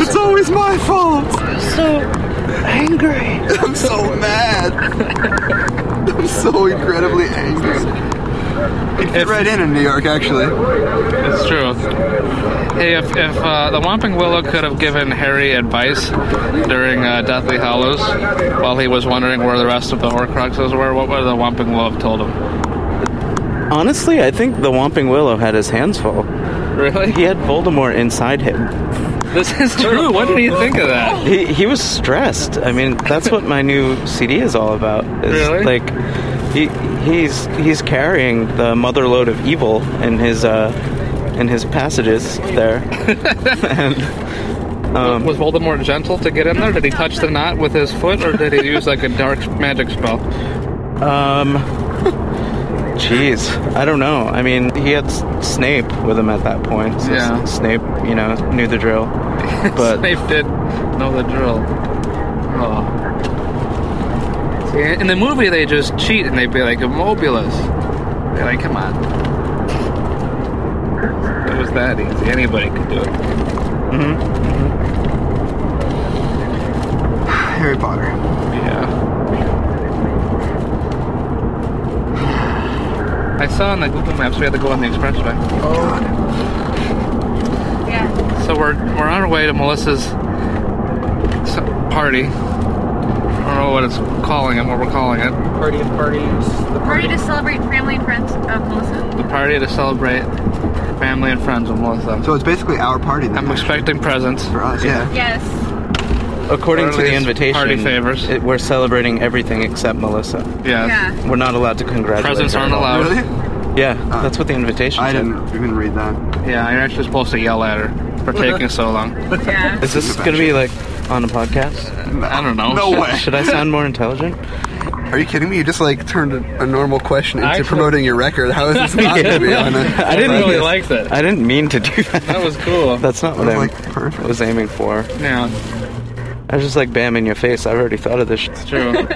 S11: It's always my fault. I'm so angry. I'm so mad. I'm so incredibly angry. It
S15: could fit right in in New York, actually.
S10: It's true. Hey, if, if uh, the Whomping Willow could have given Harry advice during uh, Deathly Hollows while he was wondering where the rest of the Horcruxes were, what would the Whomping Willow have told him?
S14: Honestly, I think the Whomping Willow had his hands full.
S10: Really?
S14: He had Voldemort inside him.
S10: This is true. What do you think of that?
S14: He, he was stressed. I mean, that's what my new CD is all about. Is
S10: Really?
S14: Like, he, he's he's carrying the motherload of evil in his uh, in his passages there. and, um,
S10: Was Voldemort gentle to get in there? Did he touch the knot with his foot, or did he use like a dark magic spell?
S14: Um, jeez, I don't know. I mean, he had S- Snape with him at that point. So
S10: Yeah.
S14: S- Snape, you know, knew the drill. But
S10: Snape did know the drill. Oh. See, in the movie, they just cheat and they be like immobulus. They're like, come on. It was that easy. Anybody could do it.
S11: Mm-hmm.
S14: hmm
S11: Mm-hmm.
S15: Harry Potter.
S10: Yeah. I saw on the Google Maps we had to go on the expressway. Oh. Yeah. So we're we're on our way to Melissa's s- party. I don't know what it's calling it. What we're calling it. Party of parties.
S19: Party to celebrate family and friends of Melissa.
S10: The party to celebrate family and friends with Melissa.
S15: So it's basically our party. Then,
S10: I'm expecting presents for
S15: us. Yeah.
S19: Yes.
S14: according
S10: Or at
S14: to the
S10: least
S14: invitation,
S10: party favors.
S14: It, we're celebrating everything except Melissa.
S10: Yeah.
S19: Yeah.
S14: We're not allowed to congratulate.
S10: Presents
S14: her at
S10: aren't
S14: all.
S10: allowed.
S14: Yeah, that's what the invitation.
S10: I
S14: said.
S10: didn't
S15: even read that.
S10: Yeah, you're actually supposed to yell at her for taking so long.
S19: Yeah.
S14: Is this gonna be like on a podcast?
S10: I don't know.
S15: No
S14: Should-
S15: way.
S14: Should I sound more intelligent?
S15: Are you kidding me? You just like turned a, a normal question into
S14: Actually-
S15: promoting your record. How is this not going to be on it?
S14: I didn't
S10: really
S14: mean-
S10: like that.
S14: I didn't mean to do that.
S10: That was cool.
S14: That's not what I was aiming for.
S10: Yeah.
S14: I was just like, bam, in your face. I've already thought of this. It's
S10: true.